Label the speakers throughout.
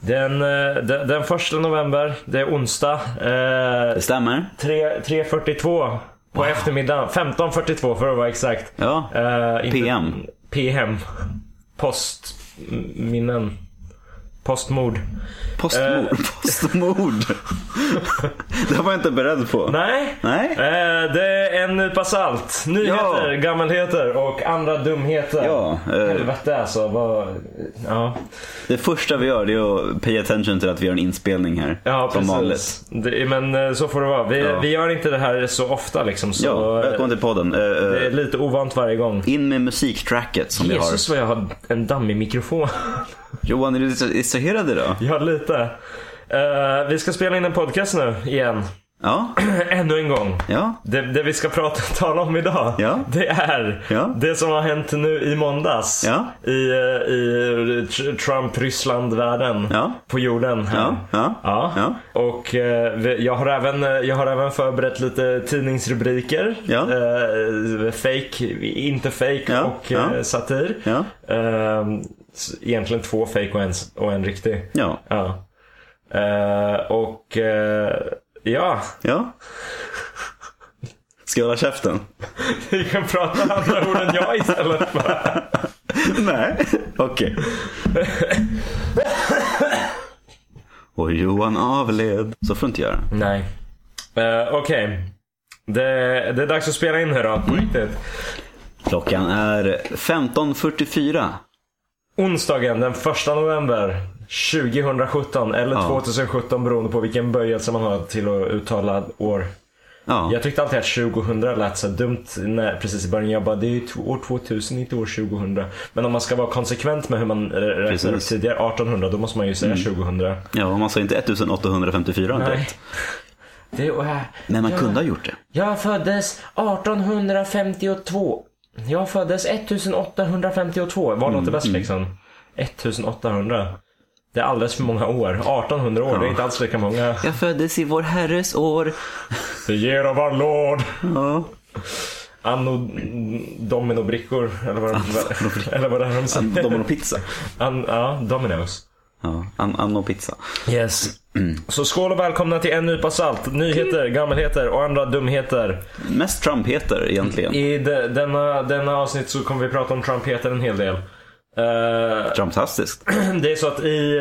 Speaker 1: Den, eh, den, den första november, det är onsdag. Eh,
Speaker 2: Det stämmer.
Speaker 1: 3 3.42 på eftermiddagen. 15.42 för att vara exakt.
Speaker 2: Ja.
Speaker 1: Eh, inte-
Speaker 2: PM.
Speaker 1: PM. Postminnen. Postmord. eh.
Speaker 2: Postmord. Postmord. det var jag inte beredd på.
Speaker 1: Nej.
Speaker 2: Nej.
Speaker 1: Eh, det är en nypa salt. Nyheter,
Speaker 2: Ja.
Speaker 1: gammalheter och andra dumheter.
Speaker 2: Ja, eh.
Speaker 1: Helvete alltså. Vad... Ja.
Speaker 2: Det första vi gör det är att pay attention till att vi gör en inspelning här.
Speaker 1: ja,
Speaker 2: som
Speaker 1: precis.
Speaker 2: vanligt.
Speaker 1: Det, men eh, så får det vara. Vi,
Speaker 2: Ja.
Speaker 1: vi gör inte det här så ofta liksom. Så
Speaker 2: Ja,
Speaker 1: eh,
Speaker 2: välkommen till podden. Eh, eh,
Speaker 1: det är lite ovant varje gång.
Speaker 2: in med musiktracket som
Speaker 1: Jesus vad jag har en dammig mikrofon.
Speaker 2: vi har. Johan, är du lite distraherad idag?
Speaker 1: ja, lite. Eh, vi ska spela in en podcast nu igen.
Speaker 2: Ja,
Speaker 1: Ännu en gång.
Speaker 2: ja.
Speaker 1: Det, det vi ska prata, tala om idag,
Speaker 2: Ja.
Speaker 1: det är
Speaker 2: Ja.
Speaker 1: det som har hänt nu i måndags.
Speaker 2: Ja.
Speaker 1: I, eh, i tr- Trump-Ryssland-världen.
Speaker 2: Ja.
Speaker 1: På jorden här.
Speaker 2: Ja, ja,
Speaker 1: Ja.
Speaker 2: ja.
Speaker 1: Och eh, vi- jag har, även, eh, jag har även förberett lite tidningsrubriker.
Speaker 2: Ja.
Speaker 1: Eh, fake, inte fake
Speaker 2: Ja,
Speaker 1: och
Speaker 2: ja.
Speaker 1: eh, satir.
Speaker 2: Ja.
Speaker 1: Eh, s- egentligen två fake och en, s- och en riktig.
Speaker 2: Ja,
Speaker 1: Ja. Eh, och eh, ja,
Speaker 2: ja. Ska jag hålla käften?
Speaker 1: Vi kan prata andra ord än jag istället för.
Speaker 2: Nej, okej. Och Johan avled. Så får du inte göra.
Speaker 1: Nej. Eh, Okej. Det, det är dags att spela in här då, på riktigt.
Speaker 2: Klockan är 15.44.
Speaker 1: Onsdagen den 1 november 2017 eller
Speaker 2: Ja.
Speaker 1: 2017 beroende på vilken böjelse man har till att uttala år.
Speaker 2: Ja,
Speaker 1: Jag tyckte alltid att 2000 lät så dumt när, precis i början. Jag bara, det är ju t- år 2000, inte år 2000. Men om man ska vara konsekvent med hur man eh, räknar upp
Speaker 2: Precis. Mm.
Speaker 1: tidigare, 1800, då måste man ju säga 2000.
Speaker 2: ja man sa inte 1854 direkt.
Speaker 1: Det är, äh,
Speaker 2: Men man
Speaker 1: ja.
Speaker 2: kunde ha gjort det.
Speaker 1: Jag föddes 1852. Jag föddes 1852. Var
Speaker 2: Mm.
Speaker 1: låter bäst liksom? 1800. Det är alldeles för många år. 1800 år, det är inte alls lika många.
Speaker 2: Jag föddes i vår herres år.
Speaker 1: Det ger av vår lord.
Speaker 2: Ja.
Speaker 1: Anno mm, dominobrickor, eller vad, eller vad det är de säger.
Speaker 2: Domino pizza.
Speaker 1: An, ja, dominos.
Speaker 2: Ja, an- Anno pizza.
Speaker 1: Yes. Så skål och välkomna till en nypa salt. Nyheter, gammelheter och andra dumheter.
Speaker 2: Mest Trump-heter egentligen.
Speaker 1: I de, denna, denna avsnitt så kommer vi prata om Trumpeter en hel del. Eh,
Speaker 2: Fantastiskt.
Speaker 1: Det är så att i,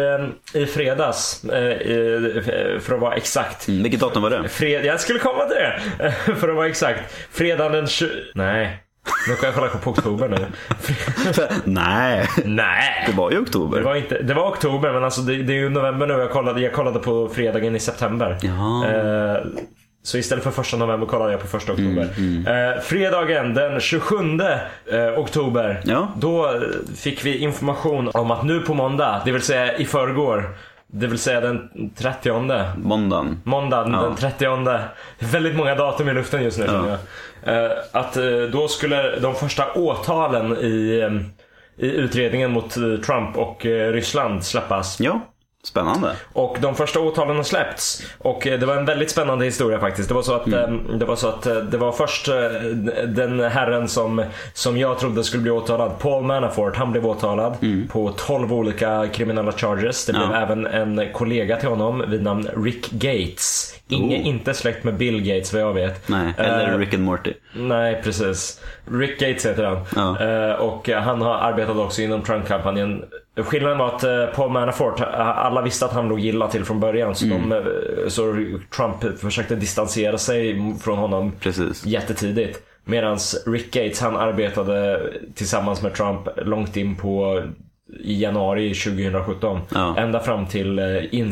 Speaker 1: eh, i fredags, eh, i- för att vara exakt.
Speaker 2: Mm, Vilket datum var det?
Speaker 1: Fred, jag skulle komma till det! För att vara exakt. Fredagen den 20... Nej. Nu kan jag kolla på oktober nu. Fre-
Speaker 2: Nej,
Speaker 1: Nej!
Speaker 2: det var ju
Speaker 1: Det
Speaker 2: oktober.
Speaker 1: var, inte, det var oktober men alltså det, det är ju november nu. Jag kollade, jag kollade på fredagen i september.
Speaker 2: Jaha.
Speaker 1: Eh, så istället för första november kollade jag på första oktober. Eh, fredagen den 27 eh, oktober.
Speaker 2: Ja.
Speaker 1: Då eh, fick vi information om att nu på måndag, det vill säga i förrgår. Det vill säga den 30
Speaker 2: Måndagen.
Speaker 1: Måndagen
Speaker 2: Ja.
Speaker 1: den 30. Det är väldigt många datum i luften just nu känner jag. Eh, Att eh, då skulle de första åtalen i, eh, i utredningen mot eh, Trump och eh, Ryssland släppas.
Speaker 2: Ja, spännande.
Speaker 1: Och de första åtalen har släppts. Och eh, det var en väldigt spännande historia faktiskt. Det var så att,
Speaker 2: Mm.
Speaker 1: eh, det, var så att eh, det var först eh, den herren som, som jag trodde skulle bli åtalad, Paul Manafort, han blev åtalad på 12 olika kriminella charges. Det blev
Speaker 2: Mm. Ja.
Speaker 1: även en kollega till honom vid namn Rick Gates. Inge,
Speaker 2: Oh.
Speaker 1: Inte släkt med Bill Gates vad jag vet.
Speaker 2: Nej, eller
Speaker 1: Eh,
Speaker 2: Rick and Morty.
Speaker 1: Nej, precis. Rick Gates heter han.
Speaker 2: Ja.
Speaker 1: Eh, och eh, han har arbetat också inom Trump-kampanjen. Skillnaden var att eh, Paul Manafort, eh, alla visste att han låg illa till från början. Så,
Speaker 2: Mm.
Speaker 1: de, eh, så Trump försökte distansera sig från honom
Speaker 2: Precis.
Speaker 1: jättetidigt. Medan Rick Gates, han arbetade tillsammans med Trump långt in på i januari 2017.
Speaker 2: Ja.
Speaker 1: Ända fram till eh,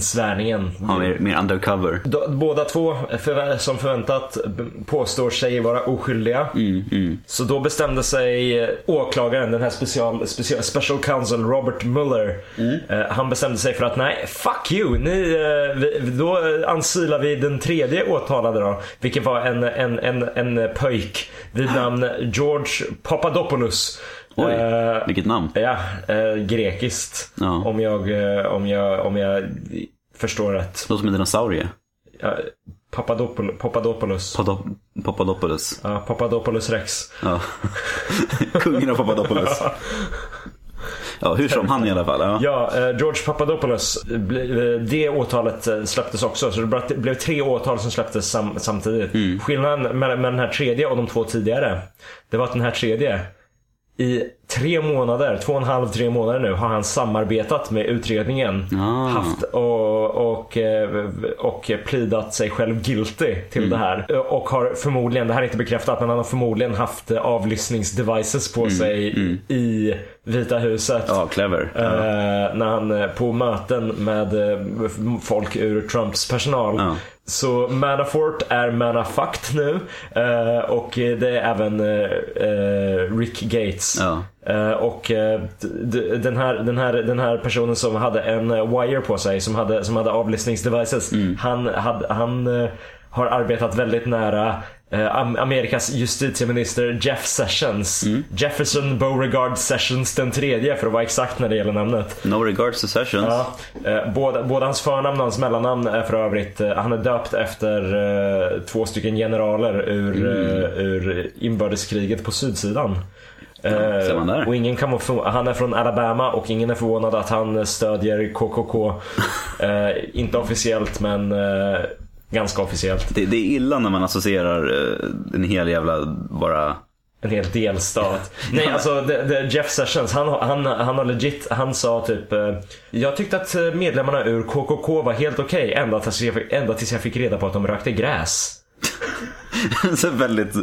Speaker 1: insvärningen
Speaker 2: Ja, mer, mer undercover.
Speaker 1: då- Båda två, förvä- som förväntat, b- påstår sig vara oskyldiga.
Speaker 2: Mm,
Speaker 1: Så då bestämde sig eh, åklagaren, den här special, special, special counsel Robert Mueller.
Speaker 2: Mm.
Speaker 1: eh, Han bestämde sig för att nej, fuck you! Ni, eh, vi, då eh, ansilar vi den tredje åtalade då. Vilket var en, en, en, en pöjk vid namn George Papadopoulos.
Speaker 2: Ah. Oj,
Speaker 1: Eh,
Speaker 2: vilket namn.
Speaker 1: Ja, eh, grekiskt.
Speaker 2: Ja.
Speaker 1: Om, jag, eh, om, jag, om jag förstår rätt.
Speaker 2: Låter som en dinosaurie.
Speaker 1: Ja, Papadopoulos. Papadopoulos.
Speaker 2: Padop- Papadopoulos.
Speaker 1: Ja, Papadopoulos Rex.
Speaker 2: Ja. Kungen av Papadopoulos. Ja, hur som han i alla fall. Ja.
Speaker 1: Ja, eh, George Papadopoulos, eh, ble- eh, det åtalet eh, släpptes också. Så det bara- det blev tre åtal som släpptes sam, samtidigt.
Speaker 2: Mm.
Speaker 1: Skillnaden mellan med den här tredje och de två tidigare, det var att den här tredje i tre månader, två och en halv, tre månader nu, har han samarbetat med utredningen.
Speaker 2: Ah.
Speaker 1: Haft och, och, eh, och plidat sig själv guilty till
Speaker 2: Mm.
Speaker 1: det här. Eh, Och har förmodligen, det här är inte bekräftat, men han har förmodligen haft eh, avlyssningsdevices på sig i Vita huset.
Speaker 2: Mm. ja, clever.
Speaker 1: Eh,
Speaker 2: Ja.
Speaker 1: när han eh, på möten med eh, f- folk ur Trumps personal.
Speaker 2: Ja.
Speaker 1: Så Manafort är Manafakt nu. eh, och eh, det är även eh, eh, Rick Gates.
Speaker 2: Ja.
Speaker 1: Eh, och eh, d- d- den, här, den, här, den här personen som hade en eh, wire på sig, som hade, som hade avlyssningsdevices. Han, hade, han eh, har arbetat väldigt nära eh, Am- Amerikas justitieminister Jeff Sessions. Jefferson Beauregard Sessions den tredje för att vara exakt när det gäller namnet.
Speaker 2: No regards to sessions.
Speaker 1: Ja, eh, båda, båda hans förnamn och hans mellannamn är för övrigt, eh, han är döpt efter eh, två stycken generaler ur,
Speaker 2: Mm.
Speaker 1: eh, ur inbördeskriget på sydsidan.
Speaker 2: ser man där.
Speaker 1: Eh, och ingen kan vara förvå- han är från Alabama och ingen är förvånad att han stödjer KKK. Eh, inte officiellt men eh, ganska officiellt.
Speaker 2: Det, det är illa när man associerar eh, en hel jävla bara...
Speaker 1: En hel delstat. Nej alltså det, det, Jeff Sessions han, han, han har legit, han sa typ eh, Jag tyckte att eh, medlemmarna ur KKK var helt okej ända, tills jag fick- ända tills jag fick reda på att de rökte gräs.
Speaker 2: så väldigt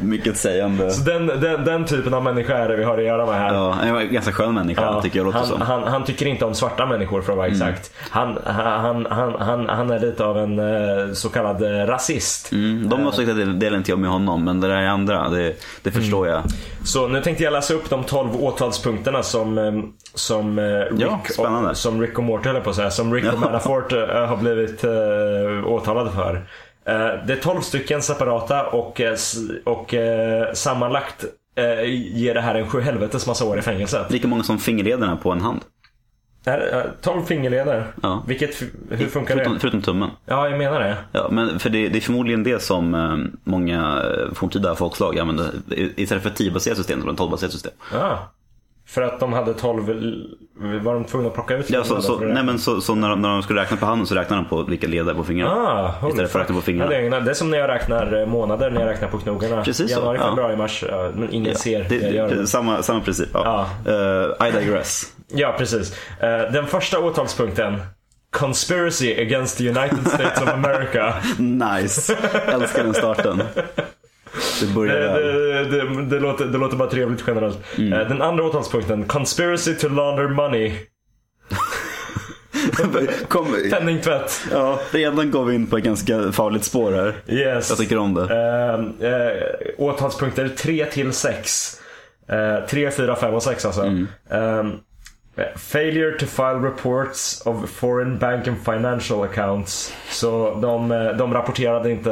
Speaker 2: mycket sägande.
Speaker 1: Så den, den, den typen av människa är det vi har att göra med här.
Speaker 2: Ja, han var en ganska skön människa
Speaker 1: Ja,
Speaker 2: tycker jag låter Mm.
Speaker 1: han,
Speaker 2: som.
Speaker 1: Han, han tycker inte om svarta människor för att vara exakt. Han, han, han, han, han är lite av en eh, så kallad eh, rasist.
Speaker 2: Mm, de åsikterna del- delar inte jag med honom, men det där är andra, det, det
Speaker 1: Mm.
Speaker 2: förstår jag.
Speaker 1: Så nu tänkte jag läsa upp de 12 åtalspunkterna som, eh, som, eh, Rick,
Speaker 2: Ja, spännande.
Speaker 1: och, som Rick och Morty höll på att säga. Som Rick och Manafort eh, har blivit eh, åtalade för. Eh, det är 12 stycken separata och, eh, s- och eh, sammanlagt eh, ger det här en sju helvetes massa år i fängelset.
Speaker 2: Lika många som fingerlederna på en hand.
Speaker 1: Det här är, eh, 12 fingerleder.
Speaker 2: Ja.
Speaker 1: Vilket, hur funkar
Speaker 2: Förutom,
Speaker 1: det?
Speaker 2: förutom tummen.
Speaker 1: Ja, jag menar det.
Speaker 2: Ja, men för det, det är förmodligen det som eh, många eh, forntida folkslag använde. I- Istället för ett 10-baserat system så var det ett 12-baserat system.
Speaker 1: Ja. För att de hade 12, l- var de tvungna att plocka ut
Speaker 2: Ja,
Speaker 1: fingrarna
Speaker 2: så, så,
Speaker 1: för det?
Speaker 2: nej, men så, så när, de, när de skulle räkna på handen så räknade de på vilka leder på fingrarna.
Speaker 1: Ah, holy
Speaker 2: Istället för att
Speaker 1: fuck.
Speaker 2: räkna på fingrarna.
Speaker 1: Ja, det, är, egna- det är som när jag räknar eh, månader, när jag räknar på knogarna.
Speaker 2: Precis så,
Speaker 1: Januari,
Speaker 2: ja.
Speaker 1: februari, mars. ja, Men ingen ser det,
Speaker 2: det,
Speaker 1: jag gör.
Speaker 2: det, samma, samma princip. Ja. Eh, I digress.
Speaker 1: Ja, precis. Eh, Den första åtalspunkten. Conspiracy against the United States of America.
Speaker 2: Nice. Älskar den starten. Det börjar
Speaker 1: Det,
Speaker 2: väl.
Speaker 1: Eh, det, det, det, låter, det låter bara trevligt generellt.
Speaker 2: Mm.
Speaker 1: Eh, Den andra åtalspunkten. Conspiracy to launder money.
Speaker 2: Kom,
Speaker 1: Penningtvätt.
Speaker 2: ja, redan går vi in på ett ganska farligt spår här.
Speaker 1: Yes.
Speaker 2: Jag tycker om det.
Speaker 1: Eh, eh, åtalspunkter 3 till 6. Eh, 3, 4, 5 och 6 alltså. Ehm, failure to file reports of foreign bank and financial accounts. Så de, eh, de rapporterade inte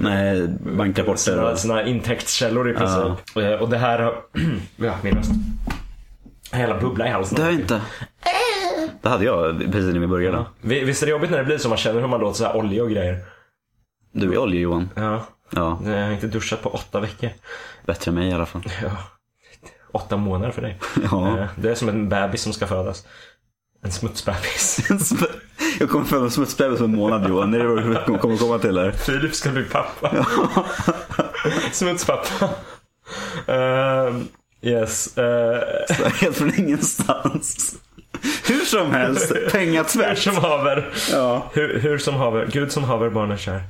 Speaker 2: Nej,
Speaker 1: sina,
Speaker 2: bankrapporter.
Speaker 1: sina intäktskällor i princip. Eh, och det här har... ja, min röst. Hela bubbla i halsen.
Speaker 2: Det har jag inte. Det hade jag precis när vi började.
Speaker 1: Vi- Visst är det jobbigt när det blir så? Man känner hur man låter så här olja och grejer.
Speaker 2: Du är olje Johan.
Speaker 1: Ja.
Speaker 2: Ja,
Speaker 1: Jag har inte duschat på åtta veckor.
Speaker 2: bättre än mig i alla fall.
Speaker 1: Ja. Åtta månader för dig.
Speaker 2: Ja.
Speaker 1: Eh, Det är som en bebis som ska födas. En smutsbebis.
Speaker 2: Jag kommer föda en smutsbebis om en månad Johan. Det är vad du kommer komma till här.
Speaker 1: Filip ska bli pappa. Smutspappa. Eh, yes. Eh,
Speaker 2: Så här, Helt från ingenstans. Hur som helst,
Speaker 1: hur
Speaker 2: pengatvätt.
Speaker 1: som haver.
Speaker 2: Ja.
Speaker 1: Hur, hur som haver. Gud som haver barn är kär.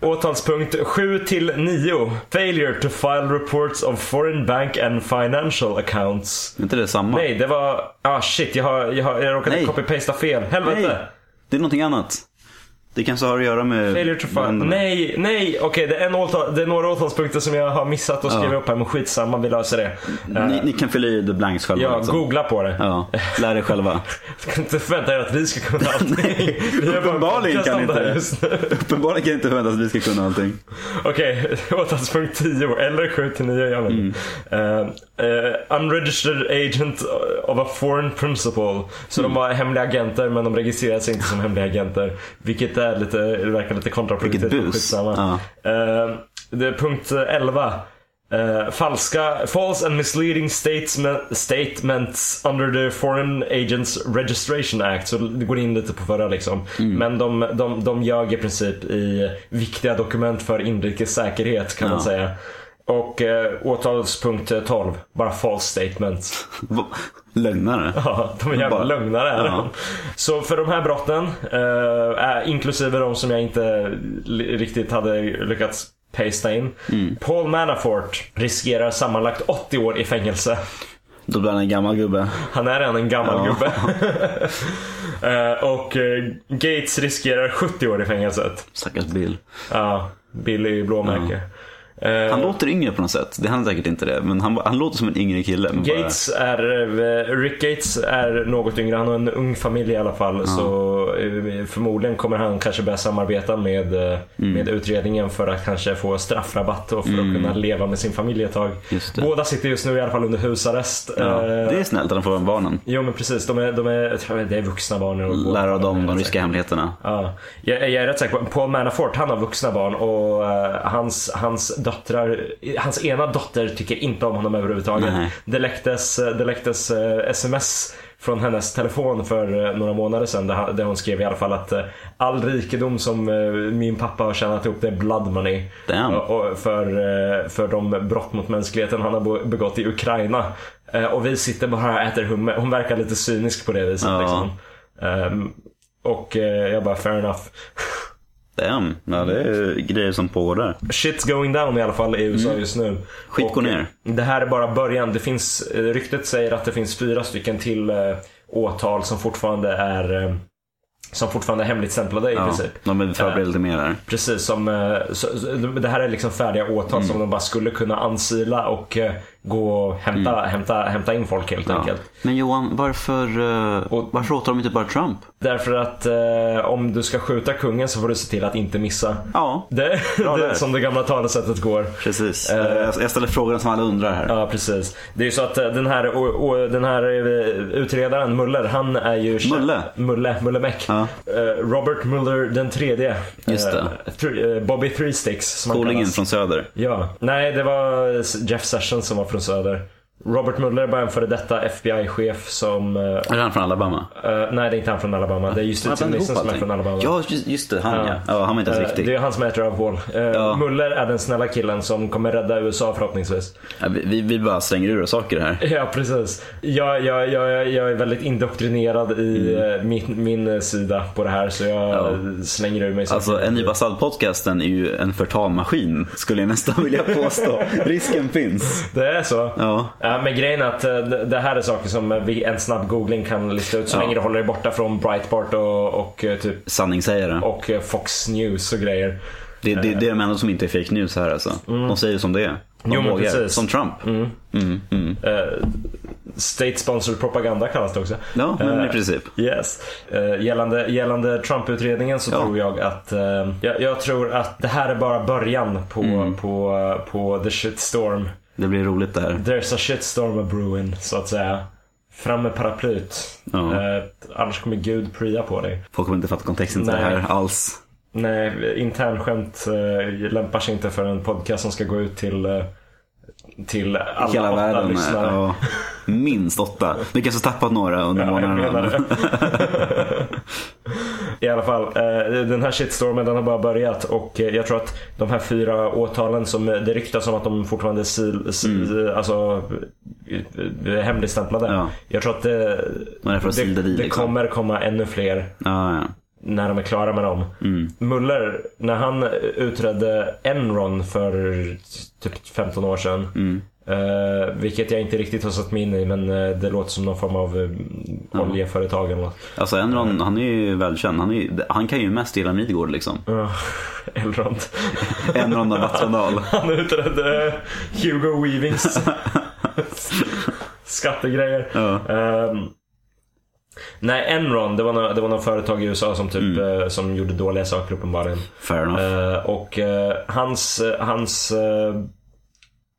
Speaker 1: Åtalspunkt 7 till 9. Failure to file reports of foreign bank and financial accounts.
Speaker 2: Är inte det samma?
Speaker 1: Nej, det var... Ah shit, jag, har, jag, har, jag råkade
Speaker 2: Nej.
Speaker 1: copy-pasta fel. Helvete.
Speaker 2: Nej, det är någonting annat. Det kanske har att göra med...
Speaker 1: Failure to file.
Speaker 2: länderna.
Speaker 1: Nej, nej, okej det, är en åtal- det är några åtalspunkter som jag har missat att skriva upp här men skitsamma, vi löser det. Eh,
Speaker 2: Ni, ni kan fylla i the blanks själva.
Speaker 1: ja,
Speaker 2: liksom.
Speaker 1: googla på det.
Speaker 2: ja, lär er själva.
Speaker 1: inte förvänta er att vi ska kunna allting.
Speaker 2: Nej,
Speaker 1: Vi har bara
Speaker 2: uppenbarligen
Speaker 1: podcast
Speaker 2: kan
Speaker 1: om
Speaker 2: inte
Speaker 1: det här
Speaker 2: det.
Speaker 1: just nu.
Speaker 2: Uppenbarligen kan jag inte förvänta att vi ska kunna allting.
Speaker 1: Okej, åtalspunkt 10 eller 7 till 9, jag vet
Speaker 2: Mm.
Speaker 1: inte. Eh, eh, Unregistered agent of a foreign principal. Så
Speaker 2: Mm.
Speaker 1: de var hemliga agenter men de registrerade sig inte som hemliga agenter. Vilket är lite, det verkar lite kontraproduktivt.
Speaker 2: Vilket
Speaker 1: men
Speaker 2: bus.
Speaker 1: skitsamma. Eh, det är punkt 11. Eh, falska, false and misleading statesme- statements under the Foreign Agents Registration Act. Så det går in lite på förra liksom. Men de, de, de ljög i princip i viktiga dokument för inrikes säkerhet kan man
Speaker 2: Ja.
Speaker 1: säga. Och eh, åtalspunkt 12, bara false statements.
Speaker 2: Va? Lögnare?
Speaker 1: Ja, de är jävla
Speaker 2: Bara-
Speaker 1: lögnare är
Speaker 2: Ja.
Speaker 1: de. Så för de här brotten, eh, är- inklusive de som jag inte li- riktigt hade lyckats pasta in.
Speaker 2: Mm.
Speaker 1: Paul Manafort riskerar sammanlagt 80 år i fängelse.
Speaker 2: Då blir han en gammal gubbe.
Speaker 1: Han är redan en gammal
Speaker 2: Ja.
Speaker 1: gubbe. Eh, och eh, Gates riskerar 70 år i fängelset.
Speaker 2: Stackars Bill.
Speaker 1: Ja, Billy Blåmärke. Eh,
Speaker 2: Han låter yngre på något sätt. Det är han säkert inte det. Men han, han låter som en yngre kille. Men bara-
Speaker 1: Gates är, eh, Rick Gates är något yngre, han har en ung familj i alla fall. Så eh, förmodligen kommer han kanske börja samarbeta med, eh,
Speaker 2: Mm.
Speaker 1: med utredningen för att kanske få straffrabatt och för att kunna leva med sin familj ett tag.
Speaker 2: Just det.
Speaker 1: Båda sitter just nu i alla fall under husarrest.
Speaker 2: ja.
Speaker 1: Eh,
Speaker 2: Det är snällt att han får vara barnen.
Speaker 1: Jo men precis, de är, de är, jag tror det är vuxna barn. och-
Speaker 2: Lära av dem
Speaker 1: Jag är
Speaker 2: de
Speaker 1: rätt
Speaker 2: ryska hemligheterna.
Speaker 1: Ja, jag, jag är rätt säker på Paul Manafort, han har vuxna barn och eh, hans, hans döttrar, hans ena dotter tycker inte om honom överhuvudtaget.
Speaker 2: Nej.
Speaker 1: Det läcktes, det läcktes eh, sms från hennes telefon för eh, några månader sedan där, han, där hon skrev i alla fall att eh, all rikedom som eh, min pappa har tjänat ihop det är blood money.
Speaker 2: Damn.
Speaker 1: Och- och för, eh, för de brott mot mänskligheten han har bo- begått i Ukraina. Eh, Och vi sitter bara här och äter hummer. Hon verkar lite cynisk på det viset.
Speaker 2: Ja.
Speaker 1: Liksom. Ehm, och eh, jag bara, fair enough.
Speaker 2: Damn. Ja, det är grejer som pågår där.
Speaker 1: Shit's going down i alla fall i USA
Speaker 2: Mm.
Speaker 1: just nu.
Speaker 2: Skit
Speaker 1: och, eh,
Speaker 2: går ner.
Speaker 1: Det här är bara början. Det finns, eh, ryktet säger att det finns fyra stycken till eh, åtal som fortfarande är eh, som fortfarande är hemligstämplade i
Speaker 2: Ja,
Speaker 1: princip.
Speaker 2: de är förberedda lite mer där.
Speaker 1: Precis, som, eh, så, så- det här är liksom färdiga åtal
Speaker 2: Mm.
Speaker 1: som de bara skulle kunna ansila och eh, gå och hämta, hämta, hämta in folk helt
Speaker 2: Mm. Ja.
Speaker 1: enkelt.
Speaker 2: Men Johan, varför, eh,
Speaker 1: Och-
Speaker 2: varför åtar de inte bara Trump?
Speaker 1: Därför att eh, om du ska skjuta kungen så får du se till att inte missa.
Speaker 2: Ja,
Speaker 1: Det,
Speaker 2: Bra
Speaker 1: det
Speaker 2: där.
Speaker 1: är som det gamla talesättet går.
Speaker 2: precis. Eh, Jag jag ställer frågan som alla undrar här.
Speaker 1: Eh. Ja precis. Det är ju så att eh, den här, o- o- den här eh, utredaren Muller, han är ju känd-
Speaker 2: Mulle?
Speaker 1: Mulle, Mulle Meck.
Speaker 2: Ja.
Speaker 1: Eh, Robert Muller den tredje.
Speaker 2: Just det.
Speaker 1: Eh, thr- eh, Bobby Three Sticks som han
Speaker 2: Polingen
Speaker 1: kallas.
Speaker 2: från söder.
Speaker 1: Ja, nej det var Jeff Sessions som var från Söder. Robert Mueller var en före detta FBI-chef som... eh,
Speaker 2: Är han från Alabama?
Speaker 1: eh, nej, det är inte han från Alabama. Det är justitieministern som är från Alabama.
Speaker 2: Ja, just, just det. Han ja. ja. Han var inte ens
Speaker 1: Eh,
Speaker 2: riktig.
Speaker 1: Det är han som är ett rövhål. Eh, Mueller är den snälla killen som kommer rädda USA förhoppningsvis.
Speaker 2: Ja, vi- vi, vi bara slänger ur oss saker här.
Speaker 1: Ja, precis. Jag, jag, jag, jag- jag är väldigt indoktrinerad i
Speaker 2: Mm.
Speaker 1: eh, min, min eh, sida på det här så jag eh, slänger ur mig. så
Speaker 2: Alltså, en nypa podcasten är ju en förtalmaskin, skulle jag nästan vilja påstå. Risken finns.
Speaker 1: Det är så?
Speaker 2: Ja.
Speaker 1: men grejen är att eh, det det här är saker som eh, vi, en snabb googling kan lista ut. Så
Speaker 2: Ja.
Speaker 1: länge du håller dig borta från Breitbart och, och, eh, typ,
Speaker 2: Sanningssägare.
Speaker 1: och eh, Fox News och grejer.
Speaker 2: Det, det, det är de enda som inte är fake news här alltså. De säger som det är. De
Speaker 1: Mm. Jo, men
Speaker 2: vågar.
Speaker 1: precis. Mm.
Speaker 2: Som Trump.
Speaker 1: Eh, state sponsored propaganda kallas det också.
Speaker 2: Ja, men
Speaker 1: Eh,
Speaker 2: i princip.
Speaker 1: Yes. Eh, gällande, gällande Trump-utredningen så
Speaker 2: Ja.
Speaker 1: tror jag att eh, jag, jag tror att det här är bara början på,
Speaker 2: Mm.
Speaker 1: på, på the shitstorm.
Speaker 2: Det blir roligt det här.
Speaker 1: There's a shitstorm a brewing så att säga. Fram med paraplyt.
Speaker 2: Ja.
Speaker 1: Eh, annars kommer Gud prya på dig.
Speaker 2: Folk kommer inte fatta kontexten till det
Speaker 1: Nej.
Speaker 2: här alls.
Speaker 1: Nej, internskämt eh, lämpar sig inte för en podcast som ska gå ut till, eh, till alla
Speaker 2: Hela
Speaker 1: åtta
Speaker 2: världen. eh,
Speaker 1: lyssnare.
Speaker 2: Ja, minst åtta. Vi kanske tappat några under
Speaker 1: Ja, jag menar
Speaker 2: månaderna.
Speaker 1: det. I alla fall, eh, den här shitstormen den har bara börjat och eh, jag tror att de här fyra åtalen som eh, det ryktas om att de fortfarande är sil, sil, alltså, eh, eh, hemligstämplade.
Speaker 2: Mm. Ja.
Speaker 1: Jag tror att det,
Speaker 2: De är för att
Speaker 1: det,
Speaker 2: silda vid,
Speaker 1: det
Speaker 2: liksom.
Speaker 1: kommer komma ännu fler
Speaker 2: Ja, ja.
Speaker 1: när de är klara med dem. Muller, när han utredde Enron för typ 15 år sedan. eh, vilket jag inte riktigt har satt mig in i men eh, det låter som någon form av uh, oljeföretag eller något.
Speaker 2: Alltså Enron, han är ju välkänd. Han, är, ju- han kan ju mest i hela Midgård liksom.
Speaker 1: Ja, Elrond.
Speaker 2: Enron av Vattendahl.
Speaker 1: Han utredde Hugo Weavings skattegrejer.
Speaker 2: Ja.
Speaker 1: Ehm, nej, Enron, det var, några, det var några företag i USA som, typ, eh, som gjorde dåliga saker uppenbarligen.
Speaker 2: Fair enough.
Speaker 1: Eh, och eh, hans, eh, hans eh,